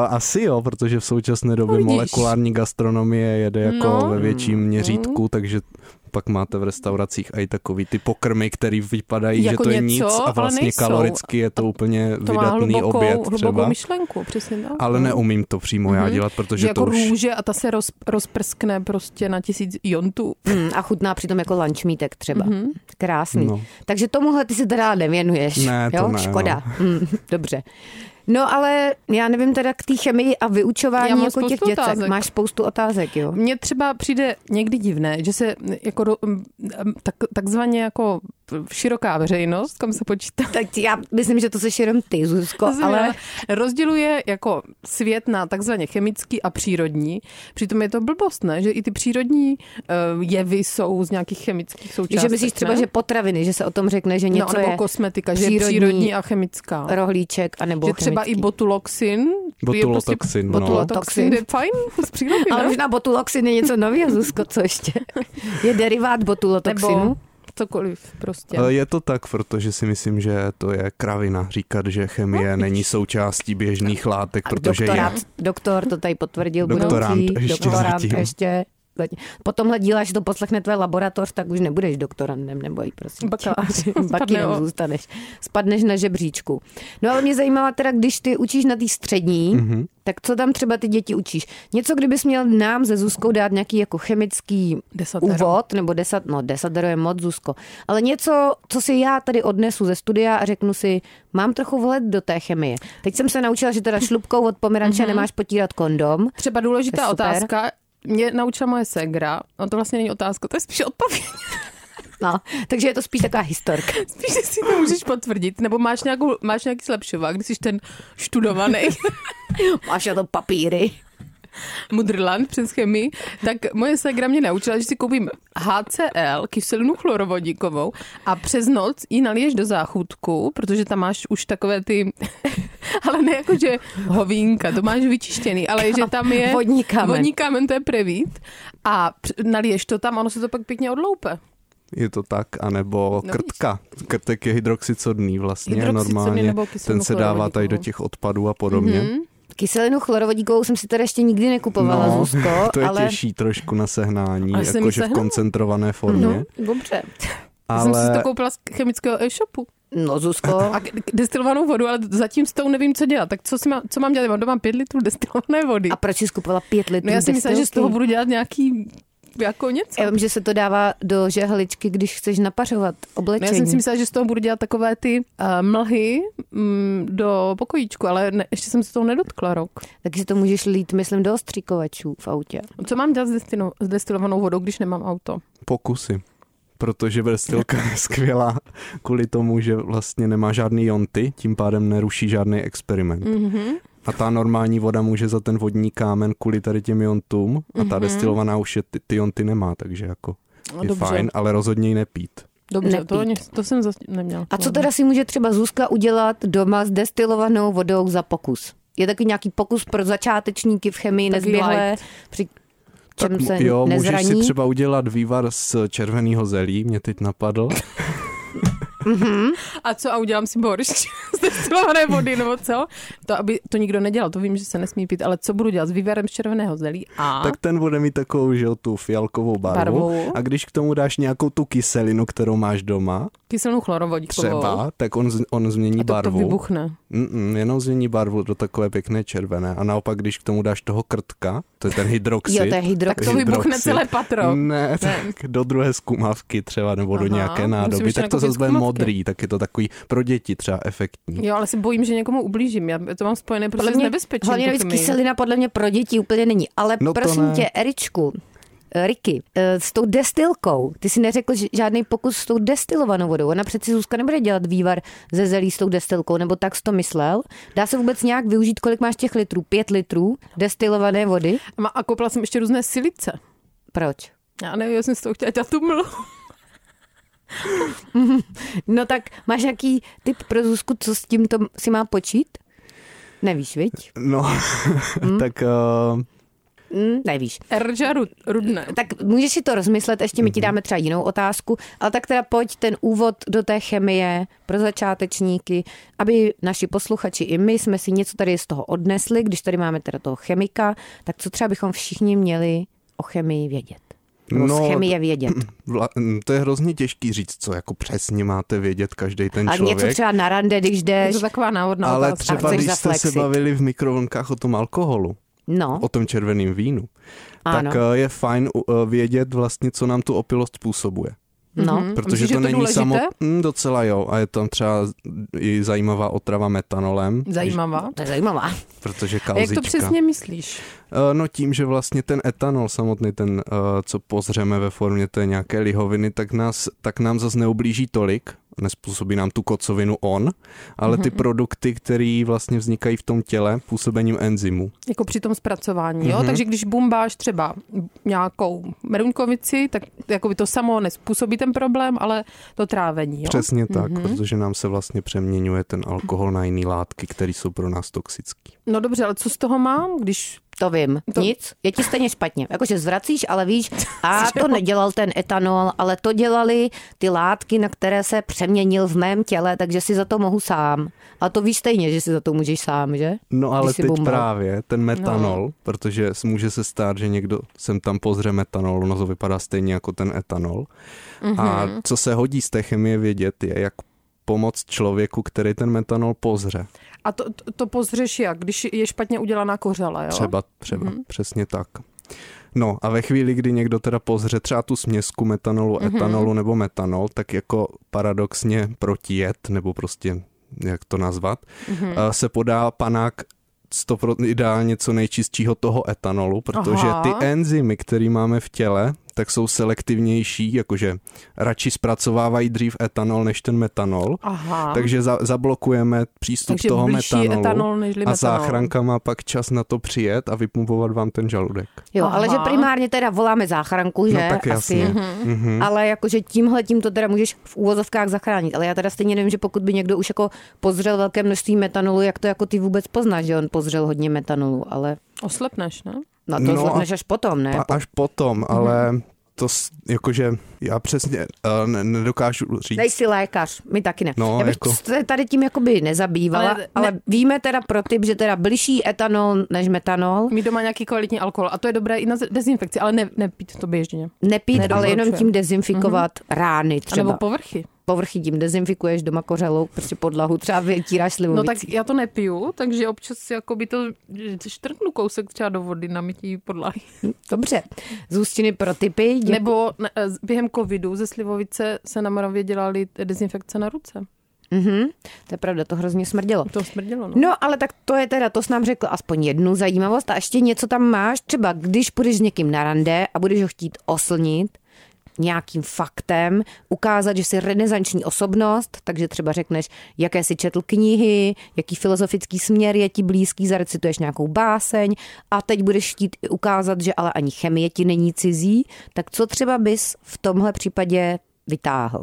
[SPEAKER 4] asi jo, protože v současné době
[SPEAKER 3] No, vidíš.
[SPEAKER 4] molekulární gastronomie jede jako
[SPEAKER 3] No.
[SPEAKER 4] no. ve větším měřítku, takže pak máte v restauracích i takový ty pokrmy, který vypadají,
[SPEAKER 3] Jako
[SPEAKER 4] že to je
[SPEAKER 3] něco,
[SPEAKER 4] nic a
[SPEAKER 3] ale
[SPEAKER 4] vlastně
[SPEAKER 3] nejsou.
[SPEAKER 4] kaloricky je to úplně
[SPEAKER 3] To má
[SPEAKER 4] vydatný
[SPEAKER 3] hlubokou,
[SPEAKER 4] oběd
[SPEAKER 3] hlubokou
[SPEAKER 4] třeba.
[SPEAKER 3] myšlenku, přesně tak.
[SPEAKER 4] Ale neumím to přímo já dělat,
[SPEAKER 3] Že
[SPEAKER 4] protože
[SPEAKER 3] jako
[SPEAKER 4] to už...
[SPEAKER 3] růže a ta se roz, rozprskne prostě na tisíc jontů.
[SPEAKER 1] Mm, a chutná přitom jako lunchmítek třeba.
[SPEAKER 3] Mhm.
[SPEAKER 1] Mm-hmm. Krásný. No.
[SPEAKER 4] No.
[SPEAKER 1] Takže tomuhle ty se teda nevěnuješ.
[SPEAKER 4] Ne, to
[SPEAKER 1] jo?
[SPEAKER 4] ne, no.
[SPEAKER 1] Škoda. Mm, dobře. No ale já nevím teda k té chemii a
[SPEAKER 3] Já
[SPEAKER 1] vyučování
[SPEAKER 3] mám
[SPEAKER 1] jako těch
[SPEAKER 3] spoustu
[SPEAKER 1] děcek.
[SPEAKER 3] otázek.
[SPEAKER 1] Máš spoustu otázek, jo?
[SPEAKER 3] Mně třeba přijde někdy divné, že se jako ro- m, m, tak, takzvaně jako široká veřejnost, kam se počítá
[SPEAKER 1] Tak já myslím, že to seš jenom ty, Zuzko,
[SPEAKER 3] To znamená,
[SPEAKER 1] ale
[SPEAKER 3] Jako, rozděluje jako svět na takzvaně chemický a přírodní. Přitom je to blbost, ne? Že i ty přírodní eh, jevy jsou z nějakých chemických součástek.
[SPEAKER 1] že myslíš třeba,
[SPEAKER 3] ne?
[SPEAKER 1] že potraviny, že se o tom řekne, že něco
[SPEAKER 3] no, nebo
[SPEAKER 1] je
[SPEAKER 3] kosmetika, že je přírodní a chemická.
[SPEAKER 1] rohlíček, anebo
[SPEAKER 3] Že třeba
[SPEAKER 1] chemický.
[SPEAKER 3] i botuloxin. Je prostě,
[SPEAKER 4] Botulotoxin, no.
[SPEAKER 3] Botulotoxin je fajn z přírody,
[SPEAKER 1] Ale
[SPEAKER 3] ne?
[SPEAKER 1] možná botuloxin je něco nového, Zuzko, co ještě? Je derivát botulotoxinu?
[SPEAKER 3] Nebo cokoliv prostě.
[SPEAKER 4] Ale Eh, je to tak, protože si myslím, že to je kravina říkat, že chemie
[SPEAKER 3] No,
[SPEAKER 4] není součástí běžných látek,
[SPEAKER 1] A
[SPEAKER 4] protože je.
[SPEAKER 1] doktorát, Doktor to tady potvrdil.
[SPEAKER 4] Doktorant
[SPEAKER 1] budoucí,
[SPEAKER 4] ještě
[SPEAKER 1] doktorant
[SPEAKER 4] zatím.
[SPEAKER 1] ještě zatím. Po tomhle díle, až to poslechne tvé laboratoř, tak už nebudeš doktorandem, neboj, prosím. tě.
[SPEAKER 3] Bakalář. Spadne
[SPEAKER 1] Bakinem
[SPEAKER 3] o-
[SPEAKER 1] zůstaneš. Spadneš na žebříčku. No ale mě zajímala teda, když ty učíš na té střední,
[SPEAKER 4] Mhm.
[SPEAKER 1] mm-hmm. tak co tam třeba ty děti učíš? Něco, kdybys měl nám ze Zuzkou dát nějaký jako chemický
[SPEAKER 3] Desatero.
[SPEAKER 1] úvod, nebo desat, no desatero je moc, Zuzko, ale něco, co si já tady odnesu ze studia a řeknu si, mám trochu vhled do té chemie. Teď jsem se naučila, že teda šlubkou od
[SPEAKER 3] Mhm.
[SPEAKER 1] pomeranče nemáš potírat kondom.
[SPEAKER 3] Třeba důležitá
[SPEAKER 1] To je super.
[SPEAKER 3] otázka, mě naučila moje segra, no to vlastně není otázka, to je spíš odpověď.
[SPEAKER 1] No, takže je to spíš taková historka.
[SPEAKER 3] Spíš si to můžeš potvrdit, nebo máš, nějakou, máš nějaký zlepšovák, když jsi ten študovaný
[SPEAKER 1] Máš na to papíry.
[SPEAKER 3] mudrland přes chemii, tak moje segra mě naučila, že si koupím HCl, kyselinu chlorovodíkovou a přes noc ji naliješ do záchutku, protože tam máš už takové ty, ale ne jako, že hovínka, to máš vyčištěný, ale že tam je
[SPEAKER 1] Vodní kámen.
[SPEAKER 3] vodní kámen to je prevít a př- naliješ to tam, ono se to pak pěkně odloupe.
[SPEAKER 4] Je to tak, anebo
[SPEAKER 3] No, vidíš.
[SPEAKER 4] krtka. Krtek je hydroxicodný vlastně
[SPEAKER 3] Hydroxycodný
[SPEAKER 4] normálně.
[SPEAKER 3] nebo kyselinu
[SPEAKER 4] Ten se dává tady do
[SPEAKER 3] chlorovodíkovou.
[SPEAKER 4] těch odpadů a podobně.
[SPEAKER 3] Mhm.
[SPEAKER 1] Kyselinu chlorovodíkovou jsem si teda ještě nikdy nekupovala,
[SPEAKER 4] No,
[SPEAKER 1] Zuzko,
[SPEAKER 4] to je
[SPEAKER 1] ale...
[SPEAKER 4] těžší trošku na sehnání,
[SPEAKER 3] Ale jsem ji
[SPEAKER 4] jakože v
[SPEAKER 3] sehnala.
[SPEAKER 4] koncentrované formě.
[SPEAKER 1] No, dobře.
[SPEAKER 3] Ale... Jsem si to
[SPEAKER 4] Ale
[SPEAKER 3] koupila z chemického e-shopu.
[SPEAKER 1] No, Zuzko,
[SPEAKER 3] A k- k- destilovanou vodu, ale zatím s tou nevím, co dělat. Tak co, si má, co mám dělat? Mám doma pět litrů destilované vody.
[SPEAKER 1] a proč jsi skupovala pět litrů
[SPEAKER 3] no já si myslela, že z
[SPEAKER 1] destilky? Eh,
[SPEAKER 3] toho budu dělat nějaký jako něco.
[SPEAKER 1] Já vím, že se to dává do žehličky, když chceš napařovat
[SPEAKER 3] No,
[SPEAKER 1] oblečení.
[SPEAKER 3] já jsem si myslela, že z toho budu dělat takové ty uh, mlhy mm, do pokojíčku, ale ne, ještě jsem se toho nedotkla rok.
[SPEAKER 1] Takže to můžeš lít, myslím, do ostříkovačů v autě.
[SPEAKER 3] No, Co mám dělat s, destino, s destilovanou vodou, když nemám auto?
[SPEAKER 4] pokusy. Protože brstilka je skvělá kvůli tomu, že vlastně nemá žádný jonty, tím pádem neruší žádný experiment.
[SPEAKER 3] Mm-hmm.
[SPEAKER 4] A ta normální voda může za ten vodní kámen kvůli tady těm jontům a ta destilovaná už je, ty, ty jonty nemá, takže jako
[SPEAKER 3] Mhm. No,
[SPEAKER 4] je
[SPEAKER 3] dobře,
[SPEAKER 4] fajn, ale rozhodně ji nepít.
[SPEAKER 3] dobře to,
[SPEAKER 1] Nepít.
[SPEAKER 3] to jsem zase neměla.
[SPEAKER 1] A co teda si může třeba Zuzka udělat doma s destilovanou vodou za pokus? Je takový nějaký pokus pro začátečníky v chemii
[SPEAKER 3] Takový
[SPEAKER 1] nezběhlé, při čem
[SPEAKER 4] mu-
[SPEAKER 1] se
[SPEAKER 4] jo, můžeš si
[SPEAKER 1] nezraní?
[SPEAKER 4] třeba udělat vývar z červeného zelí, mě teď napadl.
[SPEAKER 3] A co a udělám si boršč z destilované vody, nebo co? To, aby to nikdo nedělal, to vím, že se nesmí pít, ale co budu dělat s výběrem z červeného zelí a...
[SPEAKER 4] Tak ten bude mít takovou, že jo, tu fialkovou barvu.
[SPEAKER 3] Barvu.
[SPEAKER 4] A když k tomu dáš nějakou tu kyselinu, kterou máš doma,
[SPEAKER 3] kyselnou chlorovodíkovou.
[SPEAKER 4] třeba, tak on, z- on změní
[SPEAKER 3] a to,
[SPEAKER 4] barvu.
[SPEAKER 3] to vybuchne.
[SPEAKER 4] Mm-mm, jenom změní barvu do takové pěkné červené. A naopak, když k tomu dáš toho krtka, to je ten hydroxid.
[SPEAKER 1] Jo, to je
[SPEAKER 3] Tak
[SPEAKER 1] hydroxid.
[SPEAKER 3] to
[SPEAKER 4] Hydroxid.
[SPEAKER 3] vybuchne celé patro.
[SPEAKER 4] Ne, tak do druhé zkumavky třeba, nebo do
[SPEAKER 3] Aha,
[SPEAKER 4] nějaké
[SPEAKER 3] musím
[SPEAKER 4] nádoby,
[SPEAKER 3] ještě
[SPEAKER 4] tak to
[SPEAKER 3] nakoupit
[SPEAKER 4] zase bude
[SPEAKER 3] zkumavky.
[SPEAKER 4] modrý, tak je to takový pro děti třeba efektní.
[SPEAKER 3] Jo, ale se bojím, že někomu ublížím. Já to mám spojené
[SPEAKER 1] Podle
[SPEAKER 3] prostě s
[SPEAKER 1] mě,
[SPEAKER 3] nebezpečím.
[SPEAKER 1] hlavně
[SPEAKER 3] tu
[SPEAKER 1] navíc
[SPEAKER 3] chemii.
[SPEAKER 1] kyselina podle mě pro děti úplně není. Ale
[SPEAKER 4] No to
[SPEAKER 1] prosím
[SPEAKER 4] ne.
[SPEAKER 1] tě, Eričku, eh, Ricky, eh, s tou destilkou, ty si neřekl že žádný pokus s tou destilovanou vodou. Ona přeci Zuzka nebude dělat vývar ze zelí s tou destilkou, nebo tak jsi to myslel. Dá se vůbec nějak využít, kolik máš těch litrů? Pět litrů destilované vody?
[SPEAKER 3] A ma- A koupila jsem ještě různé silice.
[SPEAKER 1] Proč?
[SPEAKER 3] Já nevím, já jsem z toho chtěla dělat tu mlu.
[SPEAKER 1] No tak máš nějaký tip pro Zuzku, co s tímto si má počít? Nevíš, viď?
[SPEAKER 4] No,
[SPEAKER 3] Hm?
[SPEAKER 4] tak uh,
[SPEAKER 1] Mm, nevíš.
[SPEAKER 3] Erža ru- rudné.
[SPEAKER 1] Tak můžeš si to rozmyslet, ještě my
[SPEAKER 4] Mhm.
[SPEAKER 1] ti dáme třeba jinou otázku, ale tak teda pojď ten úvod do té chemie pro začátečníky, aby naši posluchači i my jsme si něco tady z toho odnesli, když tady máme teda toho chemika, tak co třeba bychom všichni měli o chemii vědět? No,
[SPEAKER 4] No,
[SPEAKER 1] z chemie vědět.
[SPEAKER 4] vla- mm, to je hrozně těžký říct, co jako přesně máte vědět každý ten
[SPEAKER 1] A
[SPEAKER 4] člověk.
[SPEAKER 1] něco třeba na rande, když
[SPEAKER 3] Je
[SPEAKER 1] jdeš,
[SPEAKER 3] No, to taková náhodná
[SPEAKER 4] ale
[SPEAKER 3] otázka.
[SPEAKER 4] třeba
[SPEAKER 1] chceš
[SPEAKER 4] když jste se
[SPEAKER 1] zaflexit.
[SPEAKER 4] bavili v mikrovlnkách o tom alkoholu,
[SPEAKER 1] no,
[SPEAKER 4] o tom červeném vínu,
[SPEAKER 1] ano.
[SPEAKER 4] eh, tak eh, je fajn eh, vědět vlastně, co nám tu opilost způsobuje.
[SPEAKER 1] No.
[SPEAKER 3] Mhm.
[SPEAKER 4] Protože
[SPEAKER 3] Myslíš, že
[SPEAKER 4] to není
[SPEAKER 3] důležité?
[SPEAKER 4] samo... Mm, docela jo. A je tam třeba i zajímavá otrava metanolem.
[SPEAKER 3] Zajímavá.
[SPEAKER 1] To je zajímavá.
[SPEAKER 4] Protože
[SPEAKER 3] A jak
[SPEAKER 4] kauzička.
[SPEAKER 3] to přesně myslíš?
[SPEAKER 4] Eh, No tím, že vlastně ten etanol samotný, ten, eh, co pozřeme ve formě té nějaké lihoviny, tak, nás, tak nám zase neublíží tolik, nespůsobí nám tu kocovinu on, ale
[SPEAKER 3] Mhm.
[SPEAKER 4] ty produkty, které vlastně vznikají v tom těle působením enzymu.
[SPEAKER 3] Jako při tom zpracování,
[SPEAKER 4] Mhm.
[SPEAKER 3] jo? Mm-hmm. Takže když bumbáš třeba nějakou meruňkovici, tak jako by to samo nespůsobí ten problém, ale to trávení, jo?
[SPEAKER 4] Přesně tak, protože nám se vlastně přeměňuje ten alkohol na jiné látky, které jsou pro nás toxické.
[SPEAKER 3] No dobře, ale co z toho mám, když...
[SPEAKER 1] To vím.
[SPEAKER 3] To-
[SPEAKER 1] To... Nic. Je ti stejně špatně. Jakože zvracíš, ale víš, a to nedělal ten etanol, ale to dělali ty látky, na které se přeměnil v mém těle, takže si za to mohu sám. A to víš stejně, že si za to můžeš sám, že?
[SPEAKER 4] No ale
[SPEAKER 1] Když jsi
[SPEAKER 4] teď
[SPEAKER 1] bumbal.
[SPEAKER 4] právě ten metanol, no. protože s- může se stát, že někdo sem tam pozře metanol, ono to vypadá stejně jako ten etanol. Mm-hmm. A co se hodí z té chemie vědět je, jak pomoct člověku, který ten metanol pozře.
[SPEAKER 3] A to, to, to pozřeš jak, když je špatně udělaná kořela, jo? Mhm.
[SPEAKER 4] Třeba, třeba, mm-hmm. přesně tak. No a ve chvíli, kdy někdo teda pozře třeba tu směsku metanolu,
[SPEAKER 3] Mhm.
[SPEAKER 4] mm-hmm. etanolu nebo metanol, tak jako paradoxně protijed, nebo prostě jak to nazvat,
[SPEAKER 3] Mhm.
[SPEAKER 4] mm-hmm. se podá panák 100% ideálně co nejčistšího toho etanolu, protože
[SPEAKER 3] Aha.
[SPEAKER 4] Aha. ty enzymy, které máme v těle, tak jsou selektivnější, jakože radši zpracovávají dřív etanol než ten metanol.
[SPEAKER 3] Aha.
[SPEAKER 4] Takže za, zablokujeme přístup
[SPEAKER 3] Takže
[SPEAKER 4] toho
[SPEAKER 3] blížší
[SPEAKER 4] metanolu
[SPEAKER 3] etanol než
[SPEAKER 4] a
[SPEAKER 3] metanol.
[SPEAKER 4] záchranka má pak čas na to přijet a vypumpovat vám ten žaludek.
[SPEAKER 1] Jo,
[SPEAKER 3] Aha.
[SPEAKER 1] Aha. ale že primárně teda voláme záchranku, že?
[SPEAKER 4] No tak jasně. Mhm.
[SPEAKER 1] Asi. Mm-hmm. Ale jakože tímhle tím to teda můžeš v úvozovkách zachránit. Ale já teda stejně nevím, že pokud by někdo už jako pozřel velké množství metanolu, jak to jako ty vůbec poznáš, že on pozřel hodně metanolu, ale
[SPEAKER 3] Oslepneš, ne?
[SPEAKER 1] na to
[SPEAKER 4] No
[SPEAKER 1] no
[SPEAKER 4] a-
[SPEAKER 1] zlepneš až potom, ne?
[SPEAKER 4] A až
[SPEAKER 3] Mhm.
[SPEAKER 4] potom, ale to s- jakože já přesně uh, ne- nedokážu říct.
[SPEAKER 1] Nejsi lékař, my taky ne.
[SPEAKER 4] No,
[SPEAKER 1] Já bych
[SPEAKER 4] jako-
[SPEAKER 1] se tady tím jakoby nezabývala,
[SPEAKER 3] Ale-
[SPEAKER 1] ale,
[SPEAKER 3] ne-
[SPEAKER 1] ale víme teda pro typ, že teda bližší etanol než metanol.
[SPEAKER 3] Mít doma nějaký kvalitní alkohol a to je dobré i na z- dezinfekci, ale ne, nepít to běžně.
[SPEAKER 1] Nepít, ale jenom
[SPEAKER 3] Nedoporučujem.
[SPEAKER 1] tím dezinfikovat mm-hmm. rány
[SPEAKER 3] Mhm. A nebo
[SPEAKER 1] třeba. Po...
[SPEAKER 3] povrchy.
[SPEAKER 1] Povrchy tím dezinfikuješ doma kořelou, prostě podlahu, třeba vytíráš
[SPEAKER 3] No
[SPEAKER 1] slivovicí.
[SPEAKER 3] tak já to nepiju, takže občas si jakoby to štrknu kousek třeba do vody na mytí podlahy.
[SPEAKER 1] Dobře, zůstiny pro typy. Děkuji.
[SPEAKER 3] Nebo ne, eh, během covidu ze Slivovice se na Moravě dělali eh, dezinfekce na ruce.
[SPEAKER 1] Mhm, to je pravda, to hrozně smrdělo.
[SPEAKER 3] To smrdělo, no.
[SPEAKER 1] No ale tak to je teda, to jsi nám řekl aspoň jednu zajímavost a ještě něco tam máš, třeba když půjdeš s někým na rande a budeš ho chtít oslnit nějakým faktem, ukázat, že jsi renesanční osobnost, takže třeba řekneš, jaké jsi četl knihy, jaký filozofický směr je ti blízký, zarecituješ nějakou báseň a teď budeš chtít i ukázat, že ale ani chemie ti není cizí, tak co třeba bys v tomhle případě vytáhl?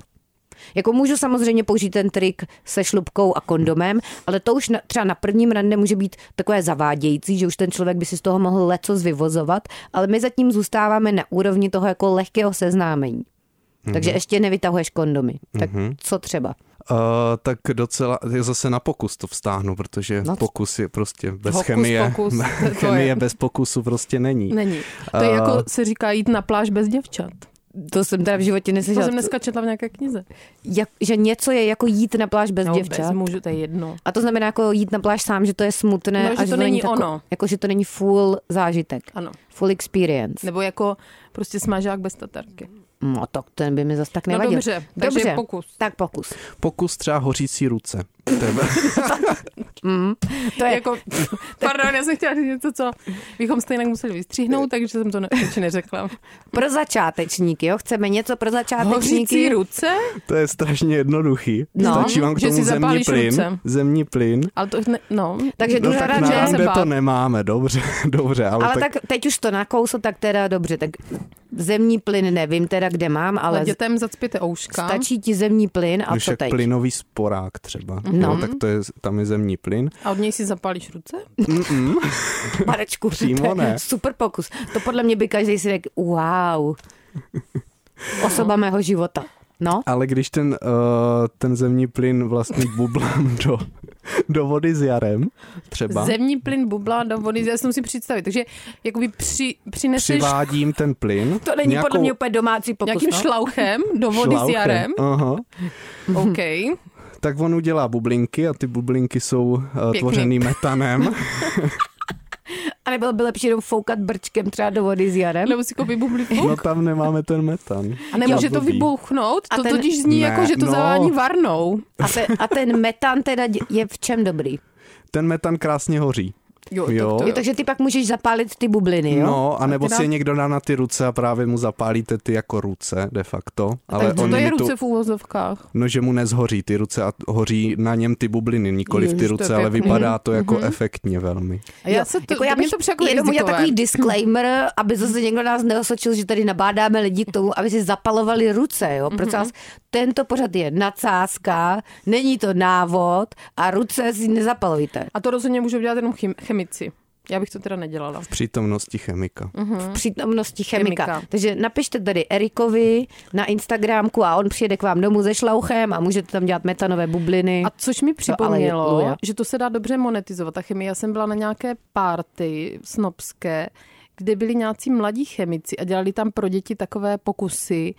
[SPEAKER 1] Jako můžu samozřejmě použít ten trik se šlubkou a kondomem, ale to už na, třeba na prvním rande může být takové zavádějící, že už ten člověk by si z toho mohl lecos vyvozovat, ale my zatím zůstáváme na úrovni toho jako lehkého seznámení. Mm-hmm. Takže ještě nevytahuješ kondomy. Tak mm-hmm. co třeba?
[SPEAKER 4] Uh, tak docela, je zase na pokus to vstáhnu, protože
[SPEAKER 1] No.
[SPEAKER 4] pokus je prostě bez
[SPEAKER 3] Hokus
[SPEAKER 4] chemie.
[SPEAKER 3] pokus, to je.
[SPEAKER 4] chemie bez pokusu prostě není.
[SPEAKER 3] Není. To je
[SPEAKER 4] Eh,
[SPEAKER 3] jako se říká jít na pláž bez děvčat.
[SPEAKER 1] To jsem teda v životě
[SPEAKER 3] To
[SPEAKER 1] neslyšela.
[SPEAKER 3] jsem dneska četla v nějaké knize.
[SPEAKER 1] Jak, že něco je jako jít na pláž bez
[SPEAKER 3] No,
[SPEAKER 1] děvčat.
[SPEAKER 3] bez mužů, to je jedno.
[SPEAKER 1] A to znamená jako jít na pláž sám, že to je smutné.
[SPEAKER 3] No, že
[SPEAKER 1] a
[SPEAKER 3] to není
[SPEAKER 1] tako-
[SPEAKER 3] ono.
[SPEAKER 1] Jako, že to není full zážitek.
[SPEAKER 3] Ano.
[SPEAKER 1] Full experience.
[SPEAKER 3] Nebo jako prostě smažák bez tatarky.
[SPEAKER 1] No tak ten by mi zas tak
[SPEAKER 3] No
[SPEAKER 1] nevadil.
[SPEAKER 3] dobře, takže pokus.
[SPEAKER 1] Tak pokus.
[SPEAKER 4] Pokus třeba hořící ruce. To je
[SPEAKER 1] To je,
[SPEAKER 3] Jako, pardon, já jsem chtěla říct něco, co bychom stejně museli vystříhnout, takže jsem to ne, určitě neřekla.
[SPEAKER 1] pro začátečníky, jo? Chceme něco pro
[SPEAKER 3] Hořící
[SPEAKER 1] začátečníky.
[SPEAKER 3] ruce,
[SPEAKER 4] To je strašně jednoduchý.
[SPEAKER 1] No,
[SPEAKER 4] Stačí vám k
[SPEAKER 3] že si
[SPEAKER 4] tomu zemní
[SPEAKER 3] zapálíš
[SPEAKER 4] plyn.
[SPEAKER 3] ruce.
[SPEAKER 4] Zemní plyn.
[SPEAKER 3] ale to ne, no.
[SPEAKER 1] Takže
[SPEAKER 4] No
[SPEAKER 1] no,
[SPEAKER 4] tak na
[SPEAKER 3] že-
[SPEAKER 1] rande,
[SPEAKER 3] se
[SPEAKER 4] rande
[SPEAKER 3] bát.
[SPEAKER 4] to nemáme, dobře, dobře, ale,
[SPEAKER 1] ale
[SPEAKER 4] tak,
[SPEAKER 1] tak teď už to nakousl, tak teda dobře, tak zemní plyn nevím teda, kde mám, ale
[SPEAKER 3] Ale dětem zacpěte ouška.
[SPEAKER 1] stačí ti zemní plyn a
[SPEAKER 4] když
[SPEAKER 1] co
[SPEAKER 4] jak
[SPEAKER 1] teď?
[SPEAKER 4] plynový sporák třeba, no. jo, tak to je, tam je zemní plyn.
[SPEAKER 3] A od něj si zapálíš ruce?
[SPEAKER 1] Marečku,
[SPEAKER 4] Přímo
[SPEAKER 1] to je
[SPEAKER 4] ne.
[SPEAKER 1] super pokus. To podle mě by každý si řekl, wow, osoba mého života. No,
[SPEAKER 4] Ale když ten, uh, ten zemní plyn vlastně bublám do, do vody s jarem, třeba,
[SPEAKER 3] Zemní plyn bublá do vody, já se musím představit. Takže jakoby při, přineseš
[SPEAKER 4] přivádím ten plyn.
[SPEAKER 1] to není podle mě úplně domácí pokus.
[SPEAKER 3] nějakým
[SPEAKER 1] no?
[SPEAKER 3] šlauchem do vody
[SPEAKER 4] šlauchem,
[SPEAKER 3] s jarem.
[SPEAKER 4] Aha,
[SPEAKER 3] OK.
[SPEAKER 4] tak on udělá bublinky a ty bublinky jsou uh, tvořený metanem.
[SPEAKER 1] A nebylo by lepší jenom foukat brčkem třeba do vody s jarem?
[SPEAKER 3] Nebo si koupí bublivku?
[SPEAKER 4] No tam nemáme ten metan.
[SPEAKER 3] A nemůže
[SPEAKER 4] Jo,
[SPEAKER 3] to
[SPEAKER 4] blbý.
[SPEAKER 3] vybouchnout?
[SPEAKER 1] A
[SPEAKER 3] To
[SPEAKER 1] ten-
[SPEAKER 3] totiž zní
[SPEAKER 4] Ne,
[SPEAKER 3] jako, že to
[SPEAKER 4] no.
[SPEAKER 3] zavání varnou.
[SPEAKER 1] A, te, a ten metan teda dě- je v čem dobrý?
[SPEAKER 4] Ten metan krásně hoří.
[SPEAKER 3] Jo,
[SPEAKER 4] Jo.
[SPEAKER 3] Tak to,
[SPEAKER 1] Jo, takže ty pak můžeš zapálit ty bubliny, jo?
[SPEAKER 4] No, anebo
[SPEAKER 3] teda-
[SPEAKER 4] si je někdo dá na ty ruce a právě mu zapálíte ty jako ruce de facto. Ale
[SPEAKER 3] tak co
[SPEAKER 4] on
[SPEAKER 3] to je
[SPEAKER 4] mi
[SPEAKER 3] ruce
[SPEAKER 4] tu,
[SPEAKER 3] v úvozovkách?
[SPEAKER 4] no, že mu nezhoří ty ruce a hoří na něm ty bubliny, nikoli
[SPEAKER 3] Ježiš, to
[SPEAKER 4] ty
[SPEAKER 3] je
[SPEAKER 4] ruce, ale
[SPEAKER 3] pěkný. Mhm.
[SPEAKER 4] vypadá to jako efektně velmi.
[SPEAKER 3] A já
[SPEAKER 1] Jo,
[SPEAKER 3] se to,
[SPEAKER 1] jako já
[SPEAKER 3] mě
[SPEAKER 1] bych
[SPEAKER 3] to přijde jako
[SPEAKER 1] jenom měl
[SPEAKER 3] rizikové.
[SPEAKER 1] takový disclaimer, aby zase někdo nás neosočil, že tady nabádáme lidi k tomu, aby si zapalovali ruce. Jo? Proč
[SPEAKER 3] Mhm.
[SPEAKER 1] vás, tento pořad je nadsázka, není to návod a ruce si nezapalujte.
[SPEAKER 3] A to rozhodně můžou dělat jenom chym- chemici. Já bych to teda nedělala.
[SPEAKER 4] Přítomnosti chemika.
[SPEAKER 3] Mhm.
[SPEAKER 1] v přítomnosti chemika.
[SPEAKER 3] Chemika.
[SPEAKER 1] chemika. Takže napište tady Erikovi na Instagramku a on přijede k vám domů se šlauchem a můžete tam dělat metanové bubliny.
[SPEAKER 3] A což mi
[SPEAKER 1] Hm. ale je
[SPEAKER 3] připomnělo,
[SPEAKER 1] luja.
[SPEAKER 3] že to se dá dobře monetizovat. Ta chemie, já jsem byla na nějaké party snobské, kde byli nějací mladí chemici a dělali tam pro děti takové pokusy,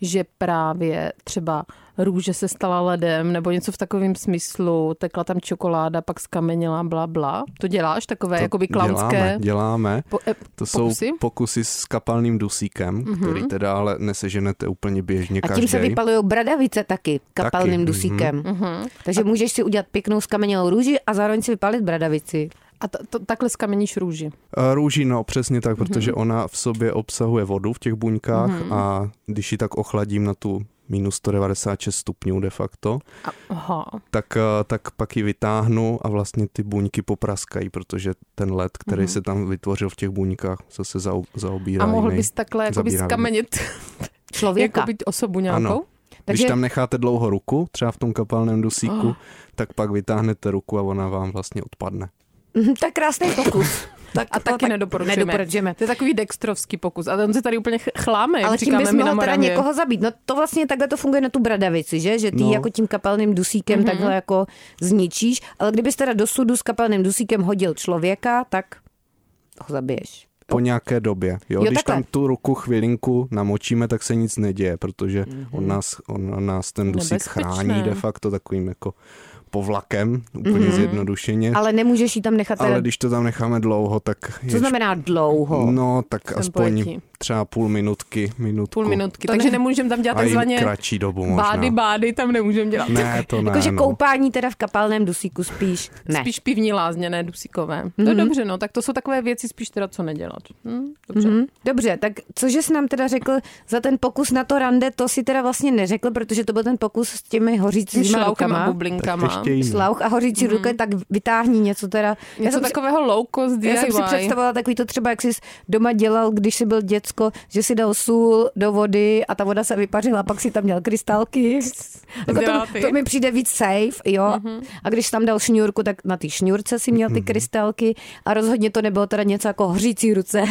[SPEAKER 3] že právě třeba růže se stala ledem nebo něco v takovém smyslu, tekla tam čokoláda, pak skamenila, bla, bla. To děláš takové
[SPEAKER 4] To
[SPEAKER 3] jakoby
[SPEAKER 4] Děláme,
[SPEAKER 3] klamské
[SPEAKER 4] děláme.
[SPEAKER 3] po, eh,
[SPEAKER 4] To
[SPEAKER 3] pokusy? Mhm.
[SPEAKER 4] jsou pokusy s kapalným dusíkem, mm-hmm. který teda ale neseženete úplně běžně
[SPEAKER 1] A tím
[SPEAKER 4] každý.
[SPEAKER 1] se vypalují bradavice taky kapalným
[SPEAKER 4] Taky, mhm.
[SPEAKER 1] taky. dusíkem.
[SPEAKER 3] Mhm.
[SPEAKER 1] Mm-hmm. Takže můžeš si udělat pěknou skamenělou růži a zároveň si vypalit bradavici.
[SPEAKER 3] A t- to, takhle skameníš růži.
[SPEAKER 4] Eh, Růži, no přesně tak,
[SPEAKER 3] Mhm.
[SPEAKER 4] protože ona v sobě obsahuje vodu v těch buňkách a když ji tak ochladím na tu minus 196 stupňů de facto,
[SPEAKER 3] A, aha.
[SPEAKER 4] tak, eh, tak pak ji vytáhnu a vlastně ty buňky popraskají, protože ten led, který se tam vytvořil v těch buňkách, zase zau, zaobírá
[SPEAKER 3] a mohl
[SPEAKER 4] jiný.
[SPEAKER 3] bys takhle jakoby
[SPEAKER 4] zabírá jiný.
[SPEAKER 3] skamenit
[SPEAKER 1] Člověka.
[SPEAKER 3] jakoby osobu nějakou?
[SPEAKER 4] Ano. Když
[SPEAKER 1] Takže-
[SPEAKER 4] tam necháte dlouho ruku, třeba v tom kapalném dusíku, tak pak vytáhnete ruku a ona vám vlastně odpadne.
[SPEAKER 1] Mhm, Tak krásný pokus. Tak,
[SPEAKER 3] A
[SPEAKER 1] to
[SPEAKER 3] taky nedoporučujeme.
[SPEAKER 1] nedoporučujeme.
[SPEAKER 3] To je takový dextrovský pokus. A on se tady úplně ch- chláme, jak
[SPEAKER 1] Ale tím
[SPEAKER 3] říkáme
[SPEAKER 1] bys
[SPEAKER 3] my na
[SPEAKER 1] mohl teda
[SPEAKER 3] Moravě.
[SPEAKER 1] někoho zabít. No to vlastně takhle to funguje na tu bradavici, že? Že ty
[SPEAKER 4] No.
[SPEAKER 1] no. jako tím kapelným dusíkem
[SPEAKER 3] Mhm.
[SPEAKER 1] mm-hmm. takhle jako zničíš. Ale kdybys teda do sudu s kapelným dusíkem hodil člověka, tak ho zabiješ.
[SPEAKER 4] Po nějaké době. Jo?
[SPEAKER 1] Jo,
[SPEAKER 4] Když
[SPEAKER 1] takhle.
[SPEAKER 4] tam tu ruku chvilinku namočíme, tak se nic neděje, protože mm-hmm. on, nás, on nás ten dusík
[SPEAKER 3] Nebezpečné.
[SPEAKER 4] chrání de facto takovým jako povlakem, úplně mm-hmm. zjednodušeně. Ale,
[SPEAKER 1] Ale nemůžeš jí tam nechat teda...
[SPEAKER 4] ale když to tam necháme dlouho, tak...
[SPEAKER 1] Co znamená dlouho?
[SPEAKER 4] No, tak aspoň
[SPEAKER 3] pojetí.
[SPEAKER 4] třeba půl minutky, minutku.
[SPEAKER 3] Půl minutky. Takže nemůžeme tam dělat
[SPEAKER 4] A i
[SPEAKER 3] takzvaně
[SPEAKER 4] kratší dobu možná.
[SPEAKER 3] bády, bády, tam nemůžeme dělat.
[SPEAKER 4] Ne, to ne.
[SPEAKER 1] Jakože
[SPEAKER 4] no.
[SPEAKER 1] koupání teda v kapalném dusíku spíš ne. Mhm.
[SPEAKER 3] Spíš pivní lázně, ne dusíkové. Mm-hmm. No dobře, no, tak to jsou takové věci spíš teda co nedělat. Hm, dobře. Mm-hmm.
[SPEAKER 1] Hm, Dobře, tak cože jsi nám teda řekl za ten pokus na to rande, to si teda vlastně neřekl, protože to byl ten pokus s těmi hořícíma
[SPEAKER 3] Šlaukem a
[SPEAKER 1] rukama.
[SPEAKER 4] Tak
[SPEAKER 3] bublinkama.
[SPEAKER 4] ještě jiný.
[SPEAKER 1] Slauch a hořící mm. ruky, tak vytáhní něco teda. Já
[SPEAKER 3] Mhm. Něco
[SPEAKER 1] jsem si-
[SPEAKER 3] takového low cost DIY.
[SPEAKER 1] Já jsem si představovala takový to třeba, jak jsi doma dělal, když jsi byl děcko, že si dal sůl do vody a ta voda se vypařila, a pak si tam měl krystalky. Jako to,
[SPEAKER 3] Dráty.
[SPEAKER 1] to mi přijde víc safe, jo.
[SPEAKER 3] Mhm.
[SPEAKER 1] Mm-hmm. A když jsi tam dal šňůrku, tak na té šňůrce si měl ty krystalky a rozhodně to nebylo teda něco jako hořící ruce.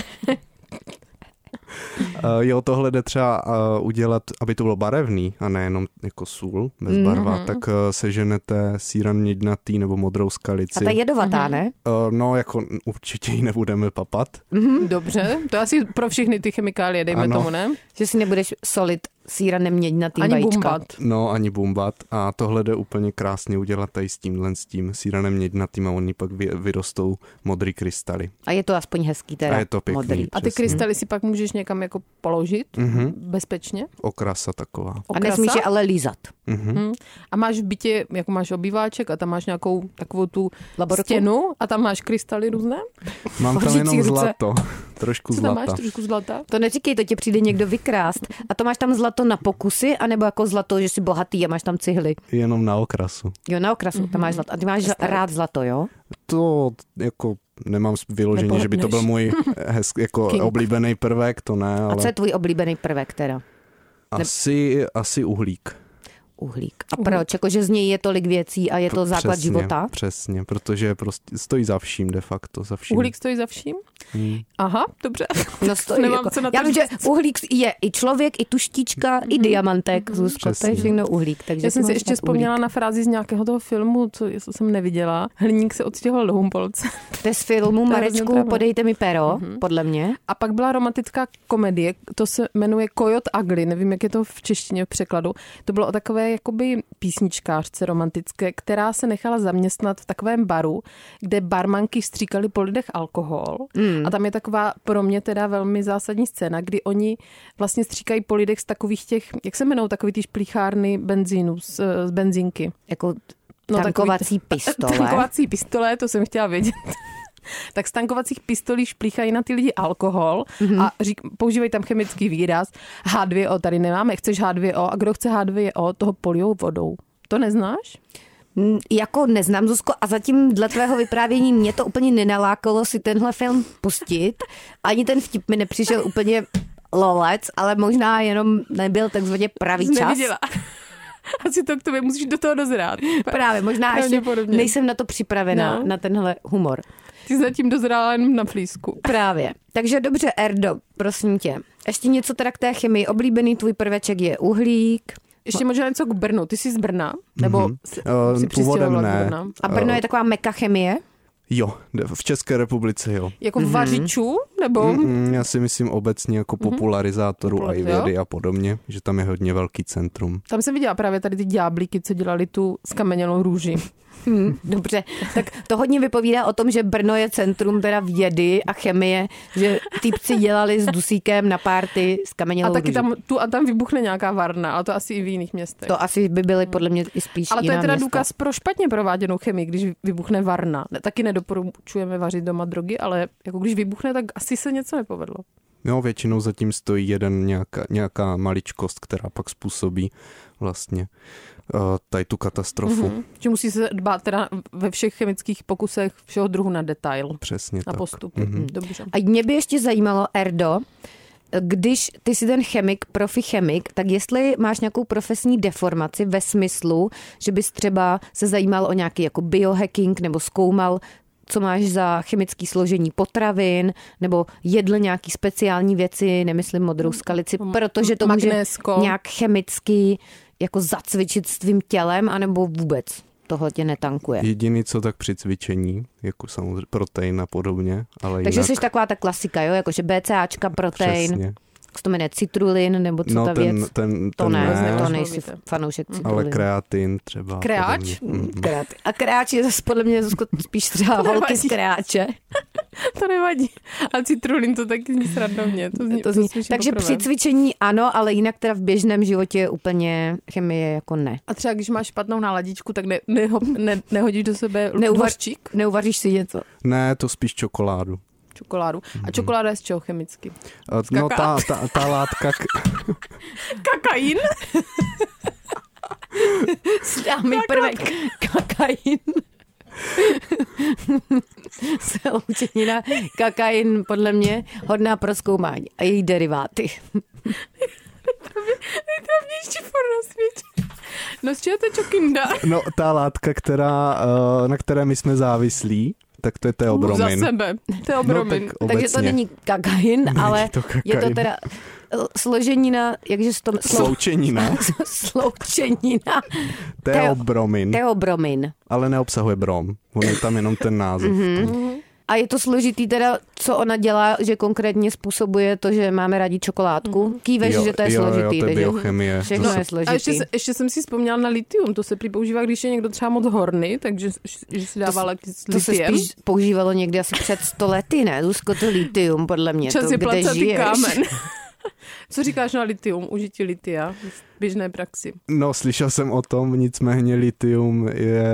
[SPEAKER 4] Uh, jo, tohle jde třeba uh, udělat, aby to bylo barevný a nejenom jako sůl bez
[SPEAKER 3] Mhm.
[SPEAKER 4] barva, mm-hmm. tak uh, seženete síran mědnatý nebo modrou
[SPEAKER 1] A
[SPEAKER 4] skalici.
[SPEAKER 1] ta je jedovatá,
[SPEAKER 3] Mhm.
[SPEAKER 1] mm-hmm. ne?
[SPEAKER 4] uh, no, jako určitě ji nebudeme papat.
[SPEAKER 3] Mhm.
[SPEAKER 1] Mhm.
[SPEAKER 3] Dobře, to je asi pro všechny ty chemikálie, dejme
[SPEAKER 4] Ano.
[SPEAKER 3] tomu, ne?
[SPEAKER 1] Že si nebudeš solit síra neměňnatý
[SPEAKER 3] Ani
[SPEAKER 1] vajíčka.
[SPEAKER 3] bumbat.
[SPEAKER 4] No, ani bumbat. A tohle jde úplně krásně udělat tady s tímhle, s tím síranem mědnatým a oni pak vy, vyrostou modrý krystaly.
[SPEAKER 1] A je to aspoň hezký teda.
[SPEAKER 4] A je to pěkný.
[SPEAKER 1] Modrý.
[SPEAKER 3] A ty
[SPEAKER 4] Přesně. Mhm.
[SPEAKER 3] krystaly si pak můžeš někam jako položit mm-hmm. bezpečně.
[SPEAKER 4] Okrasa taková.
[SPEAKER 1] A
[SPEAKER 3] Okrasa.
[SPEAKER 1] nesmíš je ale lízat.
[SPEAKER 3] Mhm. A máš v bytě, jako máš obýváček a tam máš nějakou takovou tu
[SPEAKER 1] Laborku?
[SPEAKER 3] stěnu a tam máš krystaly různé.
[SPEAKER 4] Mám tam
[SPEAKER 1] Hořící
[SPEAKER 4] jenom
[SPEAKER 1] ruce.
[SPEAKER 4] zlato. Trošku
[SPEAKER 3] Co tam máš?
[SPEAKER 4] zlata.
[SPEAKER 3] Trošku zlata?
[SPEAKER 1] To neříkej, to tě přijde někdo vykrást. A to máš tam zlato na pokusy, anebo jako zlato, že jsi bohatý a máš tam cihly.
[SPEAKER 4] Jenom na okrasu.
[SPEAKER 1] Jo, na okrasu mm-hmm. tam
[SPEAKER 3] Mhm.
[SPEAKER 1] máš zlato. A ty máš rád zlato, jo?
[SPEAKER 4] To jako nemám vyloženě, že by to byl můj hezk, jako
[SPEAKER 3] King.
[SPEAKER 4] oblíbený prvek, to ne,
[SPEAKER 1] A co
[SPEAKER 4] ale
[SPEAKER 1] je tvůj oblíbený prvek teda?
[SPEAKER 4] asi, asi uhlík.
[SPEAKER 1] Uhlík. A proč? Jakože z něj je tolik věcí a je to základ
[SPEAKER 4] přesně,
[SPEAKER 1] života?
[SPEAKER 4] Přesně, protože prostě stojí za vším de facto, za vším.
[SPEAKER 3] Uhlík stojí za vším? Aha, dobře.
[SPEAKER 1] No stojí,
[SPEAKER 3] Nemám
[SPEAKER 1] jako.
[SPEAKER 3] co na to
[SPEAKER 1] Já vím, že
[SPEAKER 3] říct. Mhm.
[SPEAKER 1] uhlík je i člověk, i tuštička, i diamantek, Zuzko, to
[SPEAKER 4] Přesně.
[SPEAKER 1] je všechno uhlík. Takže
[SPEAKER 3] Já jsem
[SPEAKER 1] ty
[SPEAKER 3] si
[SPEAKER 1] máš
[SPEAKER 3] ještě
[SPEAKER 1] rád uhlík.
[SPEAKER 3] vzpomněla na frázi z nějakého toho filmu, co, co jsem neviděla. Hliník se odstěhoval do Humpolce.
[SPEAKER 1] To je z filmu
[SPEAKER 3] hrozně
[SPEAKER 1] Marečku,
[SPEAKER 3] trapné.
[SPEAKER 1] podejte mi pero,
[SPEAKER 3] Mhm.
[SPEAKER 1] podle mě.
[SPEAKER 3] A pak byla romantická komedie, to se jmenuje Kojot Agli, nevím, jak je to v češtině v překladu. To bylo o takové jakoby písničkářce romantické, která se nechala zaměstnat v takovém baru, kde barmanky stříkali po lidech alkohol. Mm. A tam je taková pro mě teda velmi zásadní scéna, kdy oni vlastně stříkají po lidech z takových těch, jak se jmenou, takový ty šplíchárny benzínu, z, z benzínky.
[SPEAKER 1] Jako tankovací
[SPEAKER 3] No, takový-
[SPEAKER 1] pistole.
[SPEAKER 3] Tankovací pistole, to jsem chtěla vědět. tak z tankovacích pistolí šplíchají na ty lidi alkohol mm-hmm. a řík, používají tam chemický výraz. H2O tady nemáme, chceš H2O a kdo chce H2O, toho polijou vodou. To neznáš?
[SPEAKER 1] Mm, Jako neznám, Zuzko, a zatím dle tvého vyprávění mě to úplně nenalákalo si tenhle film pustit. Ani ten vtip mi nepřišel úplně lolec, ale možná jenom nebyl takzvaně pravý
[SPEAKER 3] Jsi
[SPEAKER 1] čas.
[SPEAKER 3] Neviděla. Asi to k tobě musíš do toho dozrát.
[SPEAKER 1] Právě, možná ještě
[SPEAKER 3] Pravděpodobně.
[SPEAKER 1] nejsem na to připravená,
[SPEAKER 3] No.
[SPEAKER 1] na tenhle humor.
[SPEAKER 3] Ty zatím dozrála jenom na flísku.
[SPEAKER 1] Právě. Takže dobře, Erdo, prosím tě. Ještě něco teda k té chemii. Oblíbený tvůj prveček je uhlík.
[SPEAKER 3] Ještě možná něco k Brnu. Ty jsi z Brna? Nebo mm-hmm. jsi,
[SPEAKER 4] Eh,
[SPEAKER 3] jsi
[SPEAKER 4] původem
[SPEAKER 3] přistěhovala z
[SPEAKER 4] ne.
[SPEAKER 3] Brna?
[SPEAKER 1] A Brno je taková meka chemie.
[SPEAKER 4] Jo, de- v České republice jo.
[SPEAKER 3] Jako mm-hmm. vařičů? Nebo... Mm-hmm.
[SPEAKER 4] Mm, já si myslím obecně jako
[SPEAKER 1] Mhm.
[SPEAKER 4] popularizátorů a i
[SPEAKER 3] Popularizátor.
[SPEAKER 4] vědy a podobně, že tam je hodně velký centrum.
[SPEAKER 3] Tam jsem viděla právě tady ty ďáblíky, co dělali tu skamenělou růži.
[SPEAKER 1] Hm, dobře, tak to hodně vypovídá o tom, že Brno je centrum teda vědy a chemie, že týpci dělali s dusíkem na párty s
[SPEAKER 3] A
[SPEAKER 1] kamenělou
[SPEAKER 3] taky
[SPEAKER 1] růží.
[SPEAKER 3] tam, tu a tam vybuchne nějaká varna, ale to asi i v jiných městech.
[SPEAKER 1] To asi by byly podle mě i spíš
[SPEAKER 3] ale to je
[SPEAKER 1] jiná
[SPEAKER 3] teda
[SPEAKER 1] města.
[SPEAKER 3] důkaz pro špatně prováděnou chemii, když vybuchne varna. Ne- Taky nedoporučujeme vařit doma drogy, ale jako když vybuchne, tak asi se něco nepovedlo.
[SPEAKER 4] Jo, většinou zatím stojí jeden nějaká, nějaká maličkost, která pak způsobí vlastně uh, tady tu katastrofu.
[SPEAKER 1] Mhm.
[SPEAKER 4] Mm-hmm.
[SPEAKER 3] Že musí se dbát teda ve všech chemických pokusech všeho druhu na detail
[SPEAKER 4] Přesně
[SPEAKER 3] a
[SPEAKER 4] tak.
[SPEAKER 3] postup.
[SPEAKER 1] mhm.
[SPEAKER 3] Mm-hmm. Dobře.
[SPEAKER 1] A mě by ještě zajímalo, Erdo, když ty jsi ten chemik, profi chemik, tak jestli máš nějakou profesní deformaci ve smyslu, že bys třeba se zajímal o nějaký jako biohacking nebo zkoumal, co máš za chemické složení potravin, nebo jedl nějaký speciální věci, nemyslím modrou skalici, protože to může
[SPEAKER 3] magnésko.
[SPEAKER 1] nějak chemicky jako zacvičit s tvým tělem, anebo vůbec tohle tě netankuje.
[SPEAKER 4] Jediný co tak při cvičení, jako samozřejmě protein a podobně, ale
[SPEAKER 1] Takže
[SPEAKER 4] jinak
[SPEAKER 1] jsi taková ta klasika, jo? Jakože BCAčka, protein,
[SPEAKER 4] přesně.
[SPEAKER 1] jak se to jmenuje, citrulin, nebo co
[SPEAKER 4] no
[SPEAKER 1] ta
[SPEAKER 4] ten,
[SPEAKER 1] věc?
[SPEAKER 4] ten,
[SPEAKER 1] To
[SPEAKER 4] ten
[SPEAKER 1] ne,
[SPEAKER 3] ne.
[SPEAKER 1] to nejsi
[SPEAKER 3] Mluvíte.
[SPEAKER 1] fanoušek
[SPEAKER 4] ale
[SPEAKER 1] citrulin.
[SPEAKER 4] kreatin třeba. a
[SPEAKER 3] Kreač?
[SPEAKER 4] podobně. Mm,
[SPEAKER 1] Kreát. A kreáč je zase podle mě vlastně- Zuzko, spíš třeba holky z kreáče.
[SPEAKER 3] To nevadí. A citrulin to taky zní sradovně. To zní,
[SPEAKER 1] To zní. jako
[SPEAKER 3] slyším
[SPEAKER 1] Takže
[SPEAKER 3] poprvé.
[SPEAKER 1] při cvičení ano, ale jinak teda v běžném životě je úplně chemie jako ne.
[SPEAKER 3] A třeba když máš špatnou náladičku, tak ne, neho, ne, nehodíš do sebe
[SPEAKER 1] Neuvař-
[SPEAKER 3] dvořčík,
[SPEAKER 1] Neuvaříš si něco?
[SPEAKER 4] Ne, to spíš čokoládu.
[SPEAKER 3] čokoládu. A čokoláda je z čeho chemicky?
[SPEAKER 4] Eh, No ta,
[SPEAKER 3] Kakao.
[SPEAKER 4] ta, ta látka, k-
[SPEAKER 3] Kakain?
[SPEAKER 1] Dámy prvek kakain. Sloučenina kakain podle mě hodná pro zkoumání a její deriváty.
[SPEAKER 3] Nejtravnější for na světě. No z čeho to čokinda?
[SPEAKER 4] no, ta látka, která, eh, na které my jsme závislí, tak to je
[SPEAKER 3] Za
[SPEAKER 4] teobromin.
[SPEAKER 3] sebe. To je obromin.
[SPEAKER 4] No, tak
[SPEAKER 1] Takže
[SPEAKER 4] obecně.
[SPEAKER 1] to není kakain, ale
[SPEAKER 4] to
[SPEAKER 1] je to
[SPEAKER 4] kakain.
[SPEAKER 1] teda l- složenina, jakže s tom, slou,
[SPEAKER 4] Sloučenina,
[SPEAKER 1] sloučenina
[SPEAKER 4] teobromin,
[SPEAKER 1] teobromin.
[SPEAKER 4] ale neobsahuje brom. On je tam jenom ten název.
[SPEAKER 1] Mhm.
[SPEAKER 4] Mm.
[SPEAKER 1] A je to složitý teda, co ona dělá, že konkrétně způsobuje to, že máme rádi čokoládku. Kýveš,
[SPEAKER 4] Jo,
[SPEAKER 1] že to je
[SPEAKER 4] jo, jo,
[SPEAKER 1] složitý.
[SPEAKER 4] to
[SPEAKER 1] takže
[SPEAKER 4] je biochemie.
[SPEAKER 1] Všechno
[SPEAKER 4] Zase-
[SPEAKER 1] je složitý.
[SPEAKER 3] No, A ještě, se- ještě, jsem si vzpomněla na litium, to se prý používá, když je někdo třeba moc horný, takže š- že si dává léky s
[SPEAKER 1] To se
[SPEAKER 3] litiem.
[SPEAKER 1] spíš používalo někdy asi před 100 lety, ne? Zuzko, to litium, podle mě.
[SPEAKER 3] Čas
[SPEAKER 1] to,
[SPEAKER 3] je
[SPEAKER 1] kde
[SPEAKER 3] placatý
[SPEAKER 1] žiješ?
[SPEAKER 3] kámen. Co říkáš na litium, užití litia v běžné praxi?
[SPEAKER 4] No, slyšel jsem o tom, nicméně litium je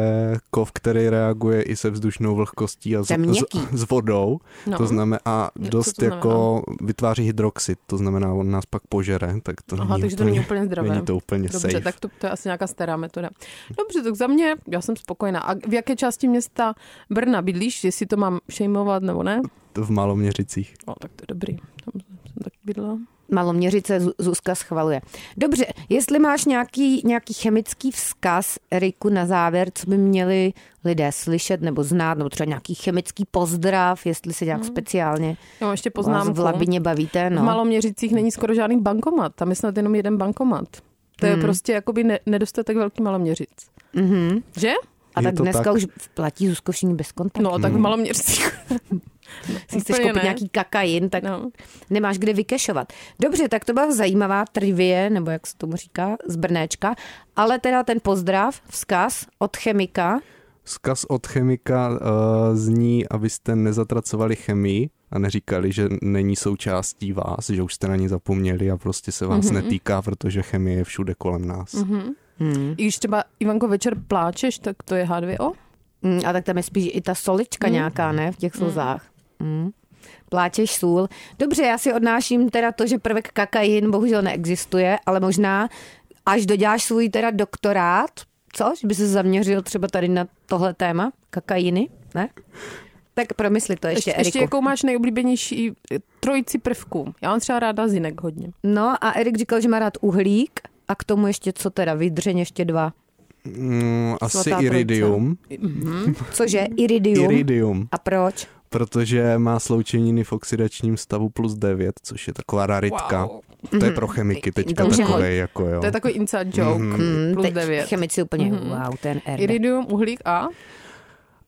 [SPEAKER 4] kov, který reaguje i se vzdušnou vlhkostí a s,
[SPEAKER 1] To je
[SPEAKER 4] s,
[SPEAKER 1] měkký.
[SPEAKER 4] s vodou.
[SPEAKER 3] No.
[SPEAKER 4] No. To znamená, a dost
[SPEAKER 3] to znamená?
[SPEAKER 4] jako vytváří hydroxid, to znamená, on nás pak požere, tak to
[SPEAKER 3] Aha,
[SPEAKER 4] není
[SPEAKER 3] takže to
[SPEAKER 4] úplně,
[SPEAKER 3] není úplně zdravé.
[SPEAKER 4] Není to úplně
[SPEAKER 3] Dobře,
[SPEAKER 4] safe.
[SPEAKER 3] tak to, to je asi nějaká stará metoda. Dobře, tak za mě, já jsem spokojená. A v jaké části města Brna bydlíš, jestli to mám šejmovat nebo ne?
[SPEAKER 4] V maloměřicích.
[SPEAKER 3] No, tak to je dobrý. Tam jsem taky bydlela.
[SPEAKER 1] Maloměřice Zu- Zuzka schvaluje. Dobře, jestli máš nějaký, nějaký chemický vzkaz, Eriku, na závěr, co by měli lidé slyšet nebo znát, nebo třeba nějaký chemický pozdrav, jestli se nějak speciálně
[SPEAKER 3] Jo, ještě
[SPEAKER 1] vás
[SPEAKER 3] Hmm. poznámku.
[SPEAKER 1] v labině bavíte.
[SPEAKER 3] no.
[SPEAKER 1] No.
[SPEAKER 3] V Maloměřicích není skoro žádný bankomat, tam je snad jenom
[SPEAKER 1] Hmm. Mhm.
[SPEAKER 3] jeden bankomat. To je prostě jakoby ne, nedostatek velký Maloměřic. Mm-hmm. Že?
[SPEAKER 1] A
[SPEAKER 4] Je
[SPEAKER 1] tak
[SPEAKER 4] to
[SPEAKER 1] dneska
[SPEAKER 4] tak.
[SPEAKER 1] už platí zúskošení bez kontaktu.
[SPEAKER 3] No, tak v maloměřstvích.
[SPEAKER 1] si chceš
[SPEAKER 3] No, úplně
[SPEAKER 1] koupit
[SPEAKER 3] ne.
[SPEAKER 1] nějaký kakain, tak
[SPEAKER 3] No.
[SPEAKER 1] nemáš kde vykešovat. Dobře, tak to byla zajímavá trivie, nebo jak se tomu říká, z Brnéčka, ale teda ten pozdrav, vzkaz od chemika,
[SPEAKER 4] Vzkaz od chemika uh, zní, abyste nezatracovali chemii a neříkali, že není součástí vás, že už jste na ní zapomněli a prostě se
[SPEAKER 3] Mhm,
[SPEAKER 4] vás mm-hmm. netýká, protože chemie je všude kolem nás. Mm-hmm.
[SPEAKER 1] Hmm.
[SPEAKER 3] I když třeba, Ivanko, večer pláčeš, tak to je H2O?
[SPEAKER 1] Mm, a tak tam je spíš i ta
[SPEAKER 3] Mm.
[SPEAKER 1] solička nějaká, ne, v těch slzách. Mm. Pláčeš sůl. Dobře, já si odnáším teda to, že prvek kakain bohužel neexistuje, ale možná až doděláš svůj teda doktorát, co? Že by se zaměřil třeba tady na tohle téma, kakainy, ne? Tak promysli to ještě,
[SPEAKER 3] Ještě, jako-
[SPEAKER 1] Eriku.
[SPEAKER 3] ještě jakou máš nejoblíbenější eh, trojici prvků? Já mám třeba ráda zinek hodně.
[SPEAKER 1] No a Erik říkal, že má rád uhlík a k tomu ještě co teda, vydřeň ještě dva.
[SPEAKER 4] Mm, asi
[SPEAKER 3] trojice.
[SPEAKER 4] iridium.
[SPEAKER 1] Cože? Iridium.
[SPEAKER 4] Iridium,
[SPEAKER 1] A proč?
[SPEAKER 4] protože má sloučeniny v oxidačním stavu plus 9, což je taková raritka.
[SPEAKER 3] Wow.
[SPEAKER 4] To je pro chemiky teďka
[SPEAKER 1] Dobře.
[SPEAKER 4] takovej, jako jo.
[SPEAKER 3] To je takový inside joke. Mm, plus
[SPEAKER 1] Mhm. Hmm, Teď
[SPEAKER 3] 9.
[SPEAKER 1] chemici úplně, mm. wow, ten Erik.
[SPEAKER 3] Iridium, uhlík a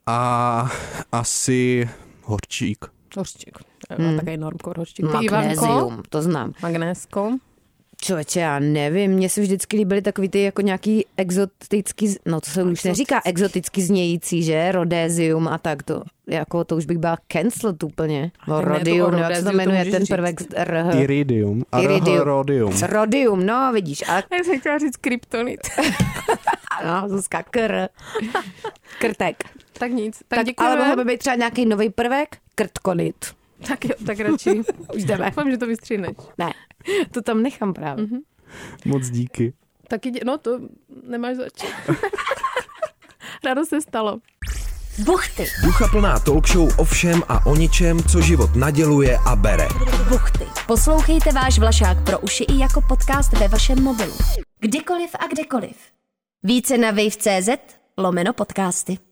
[SPEAKER 4] A asi horčík.
[SPEAKER 3] hořčík. Mm. Takový normkor hořčík. Ty Ivanko?
[SPEAKER 1] Hmm. Magnézium, to znám.
[SPEAKER 3] Magnésko.
[SPEAKER 1] Člověče, já nevím, mně se vždycky líbily takový ty jako nějaký exotický, z- no to se už neříká exoticky znějící, že? Rodézium a tak to. Jako to už bych byla cancelled úplně. No,
[SPEAKER 3] tak ne, to o
[SPEAKER 1] rodium, nebo jak se
[SPEAKER 3] rodéziu
[SPEAKER 1] to
[SPEAKER 3] to
[SPEAKER 1] jmenuje,
[SPEAKER 3] můžeš
[SPEAKER 1] ten
[SPEAKER 3] říct.
[SPEAKER 1] prvek z RH.
[SPEAKER 4] Iridium. A
[SPEAKER 1] Eh. Iridium.
[SPEAKER 4] rhodium.
[SPEAKER 1] Rodium, no vidíš. A
[SPEAKER 3] Já jsem chtěla říct kryptonit.
[SPEAKER 1] no, Zuzka, kr. Krtek.
[SPEAKER 3] tak nic.
[SPEAKER 1] Tak,
[SPEAKER 3] Tak, tak
[SPEAKER 1] ale
[SPEAKER 3] děkujeme.
[SPEAKER 1] mohl by být třeba nějaký nový prvek? Krtkonit.
[SPEAKER 3] Tak jo, tak radši.
[SPEAKER 1] Už jdeme.
[SPEAKER 3] Doufám, že to vystříneš.
[SPEAKER 1] Ne, to tam nechám právě. Mm-hmm.
[SPEAKER 4] Moc díky.
[SPEAKER 3] Taky, dě- no to nemáš zač. Ráno se stalo.
[SPEAKER 5] Buchty,
[SPEAKER 2] Duchaplná talk show o všem a o ničem, co život naděluje a bere.
[SPEAKER 5] buchty. Poslouchejte váš Vlašák pro uši i jako podcast ve vašem mobilu. Kdykoliv a kdekoliv. Více na wave.cz lomeno podcasty.